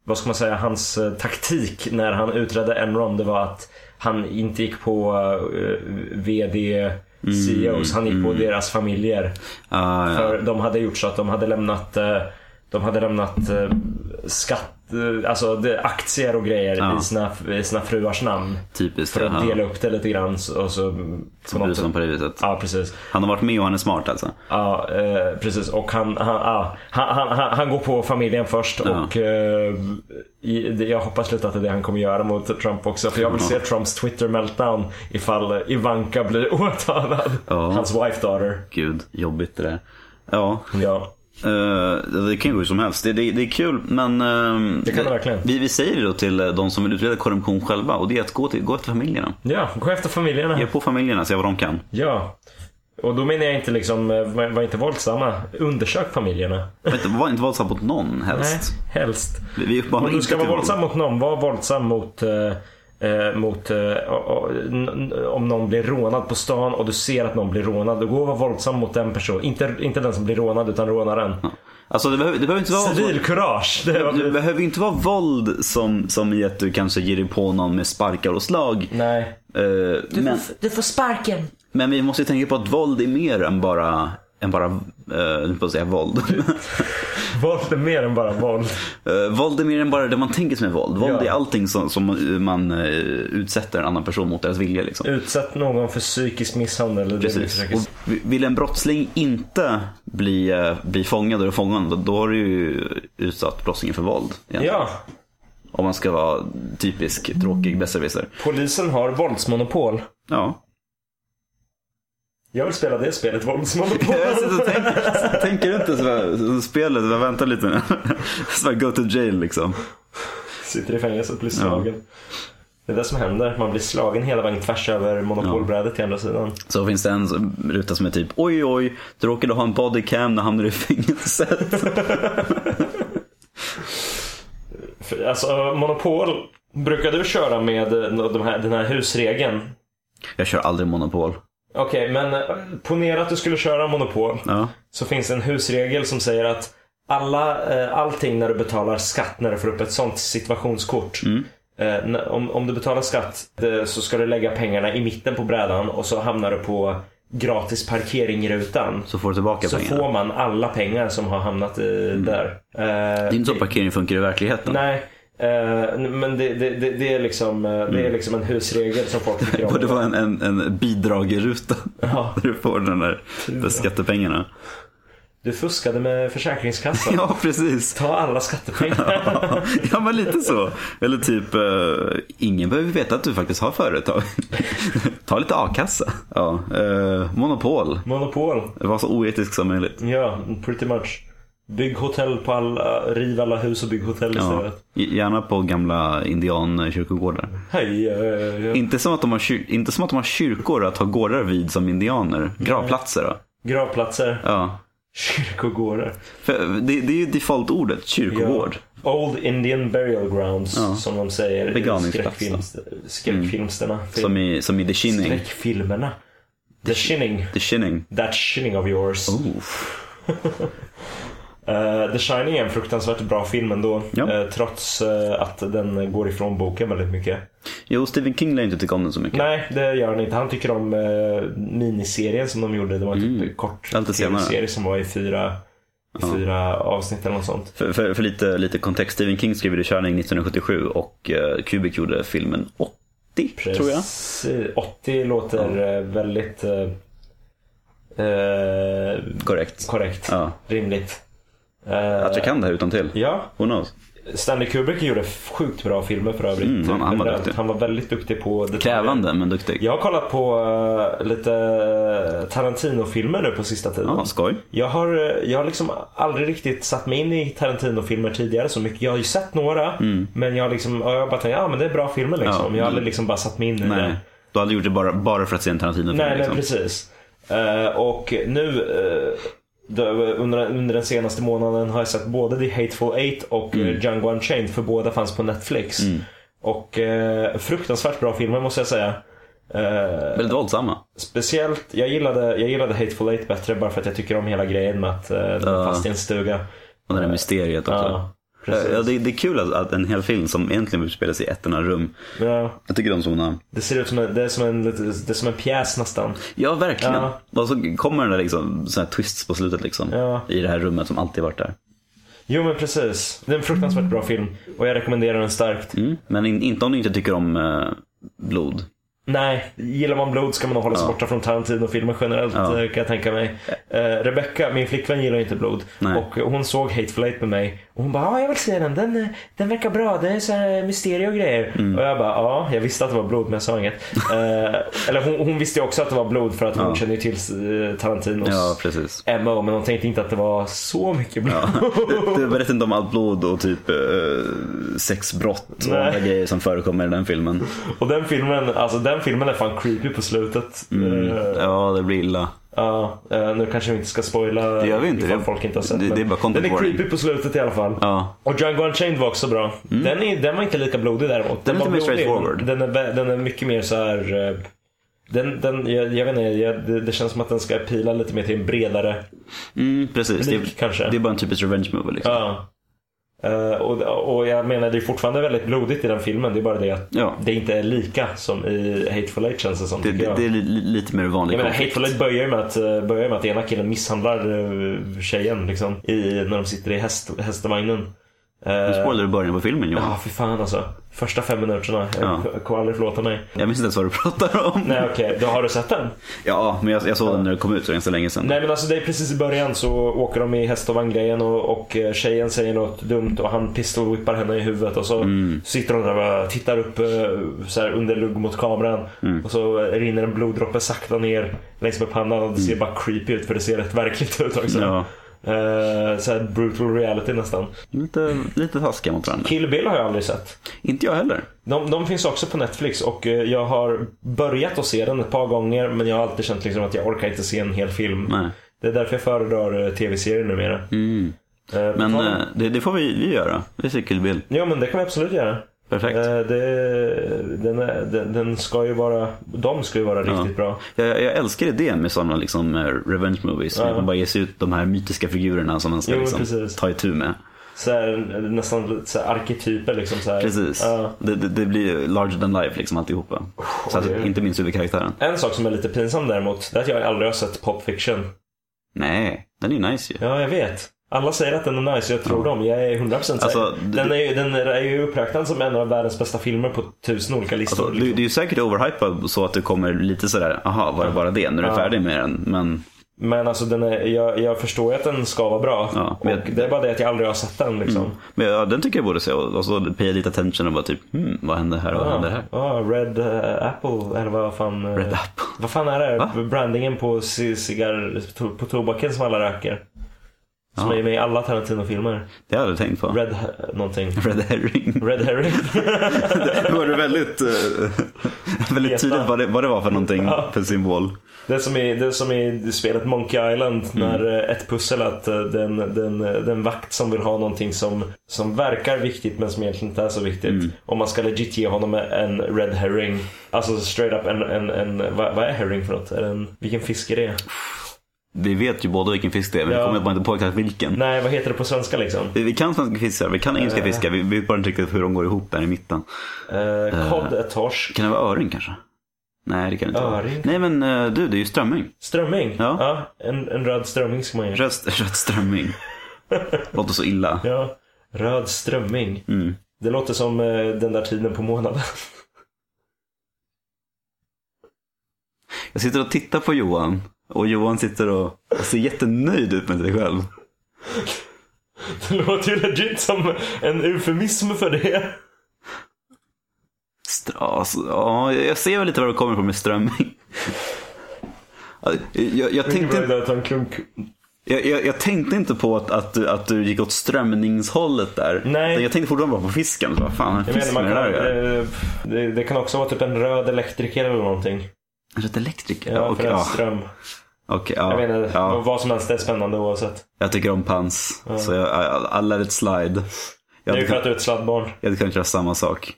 Speaker 1: vad ska man säga, hans eh, taktik när han utredde Enron det var att han inte gick på eh, VD
Speaker 2: Mm,
Speaker 1: CEOs, E han gick på deras familjer.
Speaker 2: Ja, ja.
Speaker 1: För de hade gjort så att de hade lämnat, eh, de hade lämnat eh, skatt eh, alltså, det, aktier och grejer
Speaker 2: Ja.
Speaker 1: i, sina, i sina fruars namn.
Speaker 2: Typiskt
Speaker 1: För
Speaker 2: det
Speaker 1: att
Speaker 2: här.
Speaker 1: dela upp det lite grann. så- Och så, på
Speaker 2: Så bryr sig om på det viset.
Speaker 1: Ja, precis.
Speaker 2: Han har varit med och han är smart alltså.
Speaker 1: Ja, eh, precis. Och han, han, ja, han, han, han, han går på familjen först
Speaker 2: Ja.
Speaker 1: och eh, i- det- jag hoppas lite att det är det han kommer göra mot Trump också. För jag vill
Speaker 2: Ja.
Speaker 1: se Trumps Twitter meltdown ifall Ivanka blir åtalad.
Speaker 2: Ja.
Speaker 1: Hans wife daughter.
Speaker 2: Gud, jobbigt det där. Ja,
Speaker 1: Ja.
Speaker 2: eh, det kan ju gå hur som helst. Det, det, det är kul men... eh,
Speaker 1: Det kan det verkligen.
Speaker 2: Vi, vi säger ju då till eh, de som vill utreda korruption själva och det är att gå, till, gå efter familjerna.
Speaker 1: ja, gå efter familjerna.
Speaker 2: Ge på familjerna, se vad de kan.
Speaker 1: Ja. Och då menar jag inte liksom, eh, var var inte våldsamma. Undersök familjerna.
Speaker 2: Var inte, var inte våldsam mot någon
Speaker 1: Nej,
Speaker 2: helst.
Speaker 1: helst.
Speaker 2: Vi, vi uppmanar
Speaker 1: Om du
Speaker 2: inte
Speaker 1: ska vara
Speaker 2: till våld.
Speaker 1: våldsam mot någon, var våldsam mot eh, eh, mot eh, o- o- n- om någon blir rånad på stan och du ser att någon blir rånad. Då gå och var våldsam mot den personen. Inte, inte den som blir rånad utan rånaren.
Speaker 2: Alltså det behöver, det behöver inte vara
Speaker 1: Civil kurage. Det var
Speaker 2: Det behöver ju inte vara våld som, som i att du kanske ger dig på någon med sparkar och slag.
Speaker 1: Nej.
Speaker 2: Eh, men,
Speaker 1: du får sparken.
Speaker 2: men vi måste ju tänka på att våld är mer än bara, än bara eh, nu får jag säga våld.
Speaker 1: Våld är mer än bara våld.
Speaker 2: Eh, våld är mer än bara det man tänker som är våld. Våld
Speaker 1: Ja.
Speaker 2: är allting som, som man- man eh, utsätter en annan person mot deras vilja. Liksom.
Speaker 1: Utsätt någon för psykisk misshandel. det är det vi
Speaker 2: Precis.
Speaker 1: försöker
Speaker 2: Och vill en brottsling inte bli, eh, bli fångad eller fångad, då- då har du ju utsatt brottslingen för våld. egentligen.
Speaker 1: Ja,
Speaker 2: Om man ska vara typisk tråkig besserwisser.
Speaker 1: polisen har våldsmonopol.
Speaker 2: Ja.
Speaker 1: Jag vill spela det spelet, våldsmonopol.
Speaker 2: Jag sitter och tänker, tänker inte så så spelet, jag väntar lite nu. Så här, go to jail liksom.
Speaker 1: Sitter i fängelset och blir slagen. Det är det som händer. Man blir slagen hela vägen tvärs över monopolbrädet till andra sidan.
Speaker 2: Så finns det en ruta som är typ oj oj, du råkade ha en bodycam när hamnade i fängelset.
Speaker 1: För, alltså, monopol. Brukar du köra med eh, de här, den här husregeln?
Speaker 2: Jag kör aldrig monopol.
Speaker 1: Okej, men eh, ponera att du skulle köra monopol.
Speaker 2: Ja.
Speaker 1: Så finns det en husregel som säger att alla, eh, allting när du betalar skatt, när du får upp ett sånt situationskort.
Speaker 2: Mm.
Speaker 1: eh, n- Om, om du betalar skatt eh, så ska du lägga pengarna i mitten på brädan och så hamnar du på gratis parkering-rutan.
Speaker 2: Så får du tillbaka
Speaker 1: Så
Speaker 2: pengarna. Mm.
Speaker 1: får man alla pengar som har hamnat i, där. Eh,
Speaker 2: Det är inte så parkering funkar i verkligheten.
Speaker 1: nej, eh, men det, det, det, det, är liksom, eh, det är liksom en husregel som folk tycker om.
Speaker 2: Mm. Det borde vara en, en, en bidrageruta.
Speaker 1: Ja.
Speaker 2: Där du får den där, där skattepengarna.
Speaker 1: Du fuskade med Försäkringskassan.
Speaker 2: Ja, precis.
Speaker 1: Ta alla skattepengar.
Speaker 2: Ja, men lite så. Eller typ, eh, ingen behöver veta att du faktiskt har företag. Ta lite a-kassa. Ja, eh, monopol.
Speaker 1: Monopol.
Speaker 2: Var så oetisk som möjligt.
Speaker 1: Ja, pretty much. Bygg hotell på alla, riv alla hus och bygg hotell
Speaker 2: Ja,
Speaker 1: istället.
Speaker 2: gärna på gamla indiankyrkogårdar.
Speaker 1: Hej, eh, ja.
Speaker 2: Inte som, att de har kyr- inte som att de har kyrkor att ha gårdar vid som indianer. Gravplatser då.
Speaker 1: gravplatser,
Speaker 2: Ja.
Speaker 1: kyrkogårdar.
Speaker 2: För det, det är ju defaultordet, kyrkogård.
Speaker 1: Old Indian Burial Grounds,
Speaker 2: Ja.
Speaker 1: som de säger i
Speaker 2: Begravningsplatsen.
Speaker 1: skräckfilms- skräckfilmsterna.
Speaker 2: Som i, som i The Shining.
Speaker 1: Skräckfilmerna. The Shining.
Speaker 2: The Shining.
Speaker 1: That Shining of yours. Eh, The Shining är en fruktansvärt bra film ändå.
Speaker 2: Ja.
Speaker 1: eh, trots eh, att den går ifrån boken väldigt mycket.
Speaker 2: Jo, Stephen King lär inte tycka om den så mycket.
Speaker 1: Nej, det gör han inte. Han tycker om eh, miniserien som de gjorde. Det var en
Speaker 2: Mm.
Speaker 1: typ kort
Speaker 2: Allt det senare.
Speaker 1: serie som var i fyra, i fyra avsnitt eller något sånt.
Speaker 2: För, för, för lite, lite kontext, Stephen King skrev The Shining 1977 och eh, Kubrick gjorde filmen 80, tror jag.
Speaker 1: Precis. 80 låter eh, väldigt eh, eh,
Speaker 2: Korrekt.
Speaker 1: korrekt.
Speaker 2: Ja.
Speaker 1: Rimligt. Eh,
Speaker 2: Att jag kan det här utan till.
Speaker 1: Ja,
Speaker 2: Who knows?
Speaker 1: Stanley Kubrick gjorde sjukt bra filmer för övrigt.
Speaker 2: Mm, han- han var
Speaker 1: Generellt.
Speaker 2: duktig.
Speaker 1: han var väldigt duktig på detaljer.
Speaker 2: Krävande men duktig.
Speaker 1: Jag har kollat på eh, lite Tarantino-filmer nu på sista tiden.
Speaker 2: Ja, skoj.
Speaker 1: Jag har, eh, jag har liksom aldrig riktigt satt mig in i Tarantino-filmer tidigare så mycket. Jag har ju sett några men jag har, liksom, ja, jag har bara tänkt ja men det är bra filmer liksom.
Speaker 2: Mm. Ja,
Speaker 1: jag har aldrig liksom bara satt mig in i
Speaker 2: Nej.
Speaker 1: det.
Speaker 2: Du hade gjort det bara, bara för att se en Tarantino-film.
Speaker 1: Nej,
Speaker 2: liksom.
Speaker 1: men precis. Eh, och nu eh, då, under, under den senaste månaden har jag sett både The Hateful Eight och mm. Django Unchained för båda fanns på Netflix.
Speaker 2: Mm.
Speaker 1: Och eh, fruktansvärt bra filmer måste jag säga. Eh,
Speaker 2: Väldigt våldsamma.
Speaker 1: Speciellt, jag gillade, jag gillade Hateful Eight bättre bara för att jag tycker om hela grejen med att uh, de är
Speaker 2: Ja.
Speaker 1: fast i en stuga.
Speaker 2: Och det där mysteriet också. Eh,
Speaker 1: Ja, precis.
Speaker 2: Ja, det, det är kul att, att en hel film som egentligen utspelar sig i ett enda rum.
Speaker 1: Ja,
Speaker 2: Jag tycker om sådana.
Speaker 1: det ser ut som en, det är som en, det är som en pjäs nästan.
Speaker 2: Ja, verkligen.
Speaker 1: Ja.
Speaker 2: Och så kommer det där liksom, såna här twists på slutet liksom.
Speaker 1: Ja.
Speaker 2: I det här rummet som alltid varit där.
Speaker 1: Jo men precis. Det är en fruktansvärt bra film och jag rekommenderar den starkt.
Speaker 2: Mm. Men in, inte om du inte tycker om eh, blod.
Speaker 1: Nej, gillar man blod ska man nog hålla sig
Speaker 2: Ja.
Speaker 1: borta från Tarantino-filmer generellt
Speaker 2: Ja.
Speaker 1: eh, kan jag tänka mig. Eh, Rebecca, min flickvän, gillar inte blod.
Speaker 2: Nej.
Speaker 1: Och hon såg Hateful Eight med mig. Och hon bara, ja jag vill se den. Den, eh, den verkar bra. Den är så här eh, mysterie och grejer.
Speaker 2: Mm.
Speaker 1: Och jag bara, ja jag visste att det var blod men jag sa inget. Eh, eller hon, hon visste ju också att det var blod för att hon
Speaker 2: Ja.
Speaker 1: känner ju till eh, Tarantinos
Speaker 2: Ja, precis.
Speaker 1: MO. Men hon tänkte inte att det var så mycket blod.
Speaker 2: Du berättar inte om allt blod och typ eh, sexbrott och
Speaker 1: Nej.
Speaker 2: andra grejer som förekommer i den filmen.
Speaker 1: Och den filmen, alltså den filmen är fan creepy på slutet.
Speaker 2: Mm.
Speaker 1: Eh,
Speaker 2: Ja, det blir illa.
Speaker 1: Ja, eh, nu kanske vi inte ska spoila
Speaker 2: Det gör vi inte.
Speaker 1: ifall
Speaker 2: Det-
Speaker 1: folk inte har sett
Speaker 2: det-
Speaker 1: men
Speaker 2: det är bara content
Speaker 1: Den är
Speaker 2: warning.
Speaker 1: creepy på slutet i alla fall.
Speaker 2: Ja. Mm.
Speaker 1: Och Django Unchained var också bra. Den, är, den var inte lika blodig däremot.
Speaker 2: Den är lite
Speaker 1: var
Speaker 2: mer
Speaker 1: blodig.
Speaker 2: straightforward.
Speaker 1: Den är, vä- den är mycket mer så här. eh, Den, den, jag, jag vet inte, jag, det, det känns som att den ska pila lite mer till en bredare
Speaker 2: Mm, precis. Det är,
Speaker 1: publik kanske.
Speaker 2: det är bara en typisk revenge movie liksom.
Speaker 1: Ja. Eh, och, och jag menar det är fortfarande väldigt blodigt i den filmen. Det är bara det att
Speaker 2: Ja.
Speaker 1: det inte är lika som i Hateful Eight känns det som.
Speaker 2: Det,
Speaker 1: tycker
Speaker 2: det,
Speaker 1: jag.
Speaker 2: det är li, li- lite mer vanlig
Speaker 1: Jag menar,
Speaker 2: konflikt.
Speaker 1: Hateful Eight börjar ju med att, eh, börjar ju med att ena killen misshandlar eh, tjejen liksom, i, när de sitter i häst, hästvagnen.
Speaker 2: Nu
Speaker 1: Eh,
Speaker 2: spoilar du början på filmen Johan.
Speaker 1: Ja, fy fan alltså. Första fem minuterna. Jag
Speaker 2: Ja.
Speaker 1: kommer aldrig förlåta mig.
Speaker 2: Jag minns inte ens vad du pratar om.
Speaker 1: Nej okej, då har du sett den?
Speaker 2: Ja, men jag, jag såg den när det kom ut för ganska länge sedan.
Speaker 1: Nej men alltså det är precis i början så åker de i häst och vagngrejen och, och eh, tjejen säger något dumt och han pistolwhippar henne i huvudet och så sitter hon där och bara tittar upp eh, så här under lugg mot kameran och så rinner en bloddroppe sakta ner längs med pannan och det ser bara creepy ut för det ser rätt verkligt ut också.
Speaker 2: Ja,
Speaker 1: Eh, så här brutal reality nästan.
Speaker 2: lite, lite taskiga mot varandra.
Speaker 1: Kill Bill har jag aldrig sett.
Speaker 2: Inte jag heller.
Speaker 1: De, de finns också på Netflix och eh, jag har börjat att se den ett par gånger men jag har alltid känt liksom att jag orkar inte se en hel film.
Speaker 2: Nej. Mm.
Speaker 1: Det är därför jag föredrar eh, tv-serier numera. Eh,
Speaker 2: Men
Speaker 1: fan.
Speaker 2: eh, det, det får vi, vi göra. Vi ser Kill Bill.
Speaker 1: Ja men det kan vi absolut göra.
Speaker 2: Perfekt.
Speaker 1: Eh, det, den, är, den, den ska ju vara, de ska ju vara riktigt bra.
Speaker 2: Jag, jag älskar idén med sådana liksom, eh, revenge movies. Att man bara ger sig ut de här mytiska figurerna som man ska
Speaker 1: Jo,
Speaker 2: liksom,
Speaker 1: precis.
Speaker 2: ta itu med.
Speaker 1: Så här, nästan lite så här arketyper liksom. Så här.
Speaker 2: Precis.
Speaker 1: Ja.
Speaker 2: Det, det, det blir larger than life liksom alltihopa. Så att,
Speaker 1: Oj.
Speaker 2: inte minst huvudkaraktären.
Speaker 1: En sak som är lite pinsam däremot, det är att jag aldrig har sett Pop Fiction.
Speaker 2: Nej, den är ju nice ju.
Speaker 1: Ja, jag vet. Alla säger att den är nice, jag tror dem. Jag är 100% säker.
Speaker 2: Alltså, du-
Speaker 1: den, är ju, den är ju uppräknad som en av världens bästa filmer på tusen olika listor.
Speaker 2: Så, Alltså, du, du är ju säkert overhypad så att du kommer lite sådär, aha var det bara det? Nu är du färdig med den. Men
Speaker 1: Men alltså, den är, jag, jag förstår ju att den ska vara bra.
Speaker 2: Ja, men- Mm.
Speaker 1: Och det är bara det att jag aldrig har sett den liksom.
Speaker 2: Men ja, den tycker jag borde se. Och och så pay lite attention och bara typ, hmm, vad hände här och vad hände här?
Speaker 1: Ja, Ah, Red eh, Apple, eller vad fan... eh,
Speaker 2: Red Apple.
Speaker 1: Vad fan är det? Brandingen på, ci- cigarr, to- på tobaken som alla röker. Som är med i alla Tarantino-filmer.
Speaker 2: Det har jag aldrig tänkt på. Red,
Speaker 1: Red he- någonting.
Speaker 2: herring.
Speaker 1: Red herring.
Speaker 2: det var det väldigt, eh, väldigt
Speaker 1: Veta.
Speaker 2: tydligt vad det, vad det var för någonting, för symbol.
Speaker 1: Det som i, det som i spelet Monkey Island när eh, ett pussel att eh, den, den, eh, den vakt som vill ha någonting som, som verkar viktigt men som egentligen inte är så viktigt. Och man ska legit ge honom en red herring. Alltså straight up en, en, en vad, vad är herring för något? Är det en, vilken fisk är det?
Speaker 2: Vi vet ju båda vilken fisk det är, men vi
Speaker 1: Ja.
Speaker 2: kommer bara inte på exakt vilken.
Speaker 1: Nej, vad heter det på svenska liksom?
Speaker 2: Vi, vi kan svenska fiskar, vi kan engelska fiskar, vi vet bara inte riktigt hur de går ihop där i mitten.
Speaker 1: Eh, Kod är torsk.
Speaker 2: Kan det vara öring kanske? Nej, det kan det inte vara.
Speaker 1: Öring?
Speaker 2: Nej men eh, du, det är ju strömming.
Speaker 1: Strömming?
Speaker 2: Ja.
Speaker 1: en, en röd strömming ska man ge.
Speaker 2: Röst, rött strömming. Låter så illa.
Speaker 1: Ja, röd strömming.
Speaker 2: Mm.
Speaker 1: Det låter som eh, den där tiden på månaden.
Speaker 2: Jag sitter och tittar på Johan och Johan sitter och och ser jättenöjd ut med sig själv.
Speaker 1: Det låter ju legit som en eufemism för det.
Speaker 2: Stras, alltså, ja, jag ser väl lite var det kommer ifrån med strömming. Ja, Jag, jag, tänkte,
Speaker 1: att ta en klunk.
Speaker 2: jag, jag, jag tänkte inte på att, att, du, att du gick åt strömningshållet där.
Speaker 1: Nej.
Speaker 2: Men Jag tänkte fortfarande bara på fisken. Vad fan,
Speaker 1: Jag menar,
Speaker 2: fisk
Speaker 1: man
Speaker 2: med det
Speaker 1: kan,
Speaker 2: där att göra?
Speaker 1: eh, det, det kan också vara typ en röd elektriker eller någonting.
Speaker 2: Rött elektriker?
Speaker 1: Ja, för
Speaker 2: okej,
Speaker 1: en
Speaker 2: ja,
Speaker 1: ström.
Speaker 2: okej, ja,
Speaker 1: Jag menar,
Speaker 2: ja.
Speaker 1: vad som helst är spännande oavsett.
Speaker 2: Jag tycker om pans. Så jag, I, I let it slide. Jag
Speaker 1: Det är
Speaker 2: hade,
Speaker 1: ju för att
Speaker 2: kunnat,
Speaker 1: du är ett sladdbarn.
Speaker 2: jag hade kunnat göra samma sak.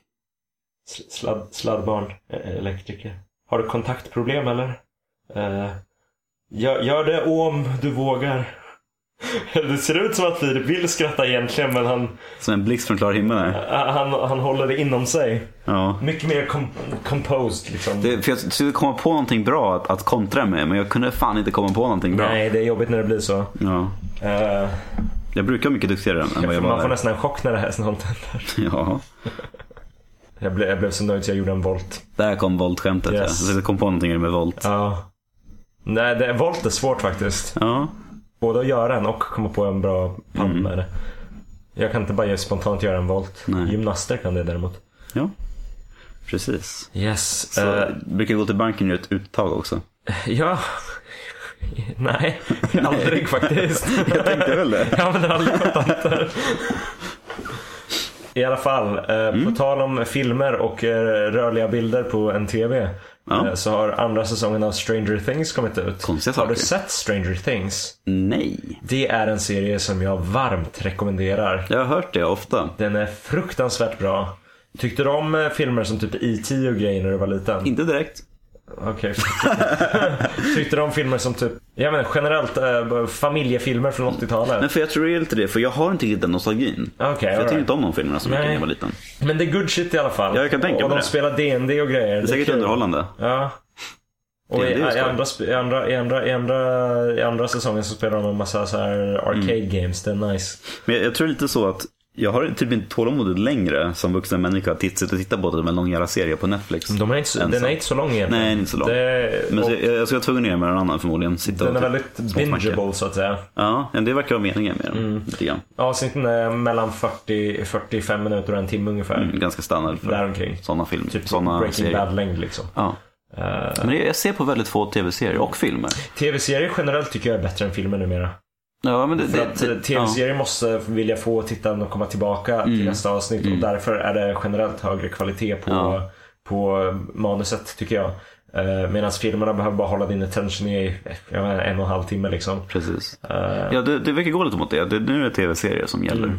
Speaker 1: Sl- Sladd, sladdbarn. eh, Elektriker. Har du kontaktproblem eller? Eh, gör, gör det om du vågar. Det ser ut som att Filip vill skratta egentligen men han,
Speaker 2: Som en blixt från klar himmel här.
Speaker 1: han, han håller det inom sig.
Speaker 2: Ja.
Speaker 1: Mycket mer kom, composed liksom.
Speaker 2: Det, för jag skulle komma på någonting bra att, att kontra med, men jag kunde fan inte komma på någonting bra.
Speaker 1: Nej, det är jobbigt när det blir så.
Speaker 2: Ja.
Speaker 1: Eh,
Speaker 2: Jag brukar vara mycket duktigare än vad jag var
Speaker 1: Man får
Speaker 2: där.
Speaker 1: nästan en chock när det här snart händer.
Speaker 2: Ja,
Speaker 1: Jag blev, jag blev så nöjd så jag gjorde en volt.
Speaker 2: där kom voltskämtet.
Speaker 1: Yes.
Speaker 2: Ja. Så jag kom på någonting med volt.
Speaker 1: Ja. Nej, det, volt är svårt faktiskt.
Speaker 2: Ja,
Speaker 1: Både att göra en och komma på en bra pall med det. Jag kan inte bara spontant göra en volt.
Speaker 2: Nej.
Speaker 1: Gymnaster kan det däremot.
Speaker 2: ja. precis.
Speaker 1: Yes.
Speaker 2: Så
Speaker 1: eh,
Speaker 2: brukar jag gå till banken och göra ett uttag också.
Speaker 1: ja. Nej, aldrig faktiskt.
Speaker 2: Jag tänkte väl det.
Speaker 1: Jag använder aldrig kontanter. I alla fall, eh,
Speaker 2: Mm.
Speaker 1: på tal om filmer och eh, rörliga bilder på en TV.
Speaker 2: Ja.
Speaker 1: eh, Så har andra säsongen av Stranger Things kommit ut.
Speaker 2: Konstiga
Speaker 1: Har du
Speaker 2: saker.
Speaker 1: sett Stranger Things?
Speaker 2: Nej,
Speaker 1: Det är en serie som jag varmt rekommenderar.
Speaker 2: jag har hört det ofta.
Speaker 1: Den är fruktansvärt bra. Tyckte du om eh, filmer som typ E.T. och grejer när du var liten?
Speaker 2: Inte direkt.
Speaker 1: Okej. Tyckte du om filmer som typ, jag menar generellt eh, familjefilmer från 80-talet?
Speaker 2: Men för jag tror det är lite det, för jag har inte riktigt den nostalgin.
Speaker 1: Okej,
Speaker 2: för jag
Speaker 1: alright.
Speaker 2: tyckte inte om de filmerna så mycket
Speaker 1: Nej.
Speaker 2: när jag var liten.
Speaker 1: Men det är good shit i alla fall.
Speaker 2: Ja, jag kan tänka
Speaker 1: och
Speaker 2: mig
Speaker 1: de
Speaker 2: det.
Speaker 1: spelar D&D och grejer.
Speaker 2: Det är säkert
Speaker 1: kul.
Speaker 2: underhållande.
Speaker 1: Ja. Och i,
Speaker 2: D&D är
Speaker 1: i,
Speaker 2: skoj.
Speaker 1: andra, sp- i, andra, i, andra, i, andra, I andra säsongen så spelar de en massa så här arcade
Speaker 2: Mm.
Speaker 1: games. Det är nice.
Speaker 2: Men jag, jag tror lite så att jag har typ inte tålamodet längre som vuxen människa att titta, sitta och titta på de här långa jävla serierna på Netflix.
Speaker 1: De är inte så, den är
Speaker 2: Ensam.
Speaker 1: inte så lång egentligen.
Speaker 2: Nej, den är inte så lång.
Speaker 1: Det,
Speaker 2: Men så,
Speaker 1: och
Speaker 2: jag, jag ska tvungen ner med någon annan förmodligen. Sitta
Speaker 1: den är
Speaker 2: och typ-
Speaker 1: väldigt
Speaker 2: småsmacka.
Speaker 1: bingeable Mm. så att säga.
Speaker 2: Ja, men det verkar vara meningen med den. Lite grann.
Speaker 1: Avsnitten är mellan 40, 45 minuter och en timme ungefär.
Speaker 2: Mm, Ganska standard för
Speaker 1: Däromkring.
Speaker 2: sådana filmer.
Speaker 1: Typ
Speaker 2: sådana
Speaker 1: Breaking
Speaker 2: serier.
Speaker 1: Bad-längd liksom. Eh,
Speaker 2: Ja. Men det- jag ser på väldigt få tv-serier och filmer.
Speaker 1: Tv-serier generellt tycker jag är bättre än filmer numera.
Speaker 2: Ja, men det,
Speaker 1: För
Speaker 2: det,
Speaker 1: att eh,
Speaker 2: det, ja. Mm.
Speaker 1: tv-serier måste vilja få tittaren att komma tillbaka till nästa avsnitt och därför är det generellt högre kvalitet på,
Speaker 2: Ja.
Speaker 1: på manuset tycker jag. Eh, Medan filmerna behöver bara hålla din attention i eh, jag menar, en och en halv timme liksom.
Speaker 2: Precis.
Speaker 1: Eh.
Speaker 2: Ja, det, det verkar gå lite mot det. det nu är det tv-serier som gäller.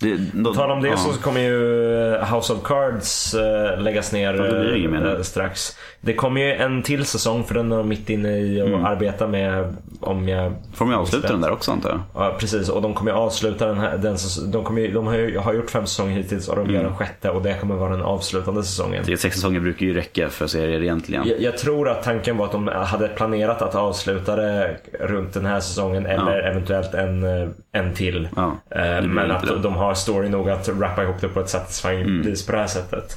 Speaker 2: Det, då,
Speaker 1: På Mm. tal om det
Speaker 2: ja.
Speaker 1: så kommer ju eh, House of Cards eh, läggas ner
Speaker 2: det blir inget mer nu.
Speaker 1: eh, strax. Det kommer ju en till säsong för den är de mitt inne i och arbetar med om jag...
Speaker 2: Mm. Får man ju avsluta den där också antar jag?
Speaker 1: Ja, precis. Och de kommer ju avsluta den här. Den, säs- de kommer ju, de har, ju, har gjort fem säsonger hittills och de gör
Speaker 2: Mm.
Speaker 1: en sjätte och det kommer vara den avslutande säsongen.
Speaker 2: Det är sex säsonger brukar ju räcka för serier egentligen.
Speaker 1: Jag, jag tror att tanken var att de hade planerat att avsluta det runt den här säsongen eller eventuellt en, eh, en till.
Speaker 2: Ja,
Speaker 1: Eh,
Speaker 2: blir
Speaker 1: Men
Speaker 2: inte
Speaker 1: att
Speaker 2: det. Mm.
Speaker 1: de har story nog att rappa ihop det på ett satisfying vis på det här sättet.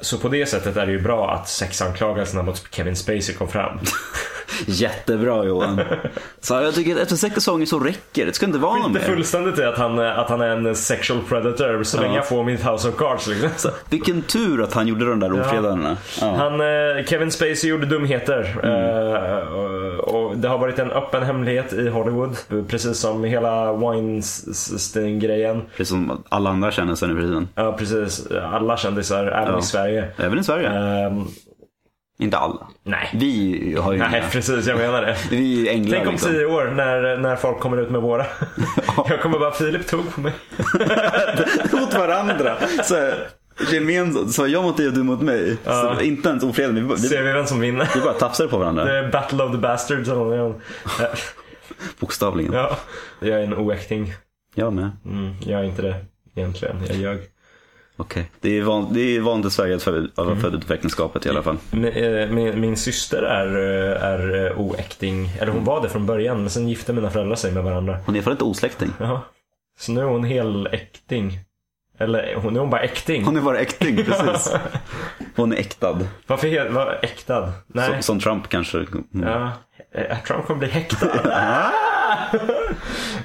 Speaker 1: Så på det sättet är det ju bra att sexanklagelserna mot Kevin Spacey kom fram.
Speaker 2: Jättebra Johan. Så jag tycker att efter sex säsonger så räcker det. Det ska inte vara någon
Speaker 1: Det
Speaker 2: mer.
Speaker 1: fullständigt är att han, eh, att han är en sexual predator så länge jag får mitt House of Cards. Liksom.
Speaker 2: Vilken tur att han gjorde de där ofredarna. Ja. Mm.
Speaker 1: Han, eh, Kevin Spacey gjorde dumheter. Eh, och- och det har varit en öppen hemlighet i Hollywood. Precis som hela Weinstein-grejen.
Speaker 2: Det är som alla andra känner sig nu för tiden.
Speaker 1: Ja, precis. Alla kändisar, även
Speaker 2: Ja.
Speaker 1: i Sverige.
Speaker 2: Även i Sverige.
Speaker 1: Ehm,
Speaker 2: Inte alla.
Speaker 1: nej.
Speaker 2: Vi har ju
Speaker 1: Nej,
Speaker 2: inga.
Speaker 1: precis. Jag menar det.
Speaker 2: Vi är ju änglar
Speaker 1: Tänk om
Speaker 2: liksom.
Speaker 1: tio år när, när folk kommer ut med våra. Jag kommer bara, Filip tog på mig.
Speaker 2: mot varandra. Så här, gemensamt. Så jag mot dig och du mot mig. Så inte ens ofredande. Vi, bara- vi,
Speaker 1: Ser vi vem som vinner?
Speaker 2: vi bara tafsade på varandra.
Speaker 1: Det är Battle of the Bastards eller något. Eh,
Speaker 2: Bokstavligen.
Speaker 1: Ja. Jag är en oäkting.
Speaker 2: Jag med.
Speaker 1: Mm, jag är inte det egentligen. Jag ljög.
Speaker 2: Okej. Det är van- det är vanligt i Sverige att föd- att
Speaker 1: Mm.
Speaker 2: vara född utanför äktenskapet i alla fall.
Speaker 1: Min, eh, min, min syster är, eh, är eh, oäkting. Eller hon var det från början men sen gifte mina föräldrar sig med varandra.
Speaker 2: Hon är för inte osläkting.
Speaker 1: Jaha. Så nu är hon heläkting. Eller hon- nu är hon bara äkting.
Speaker 2: Hon är bara äkting, precis. Hon är äktad.
Speaker 1: Varför he- var äktad? Nej.
Speaker 2: Som, som Trump kanske. Mm.
Speaker 1: Ja. Jag tror hon kommer bli häktad.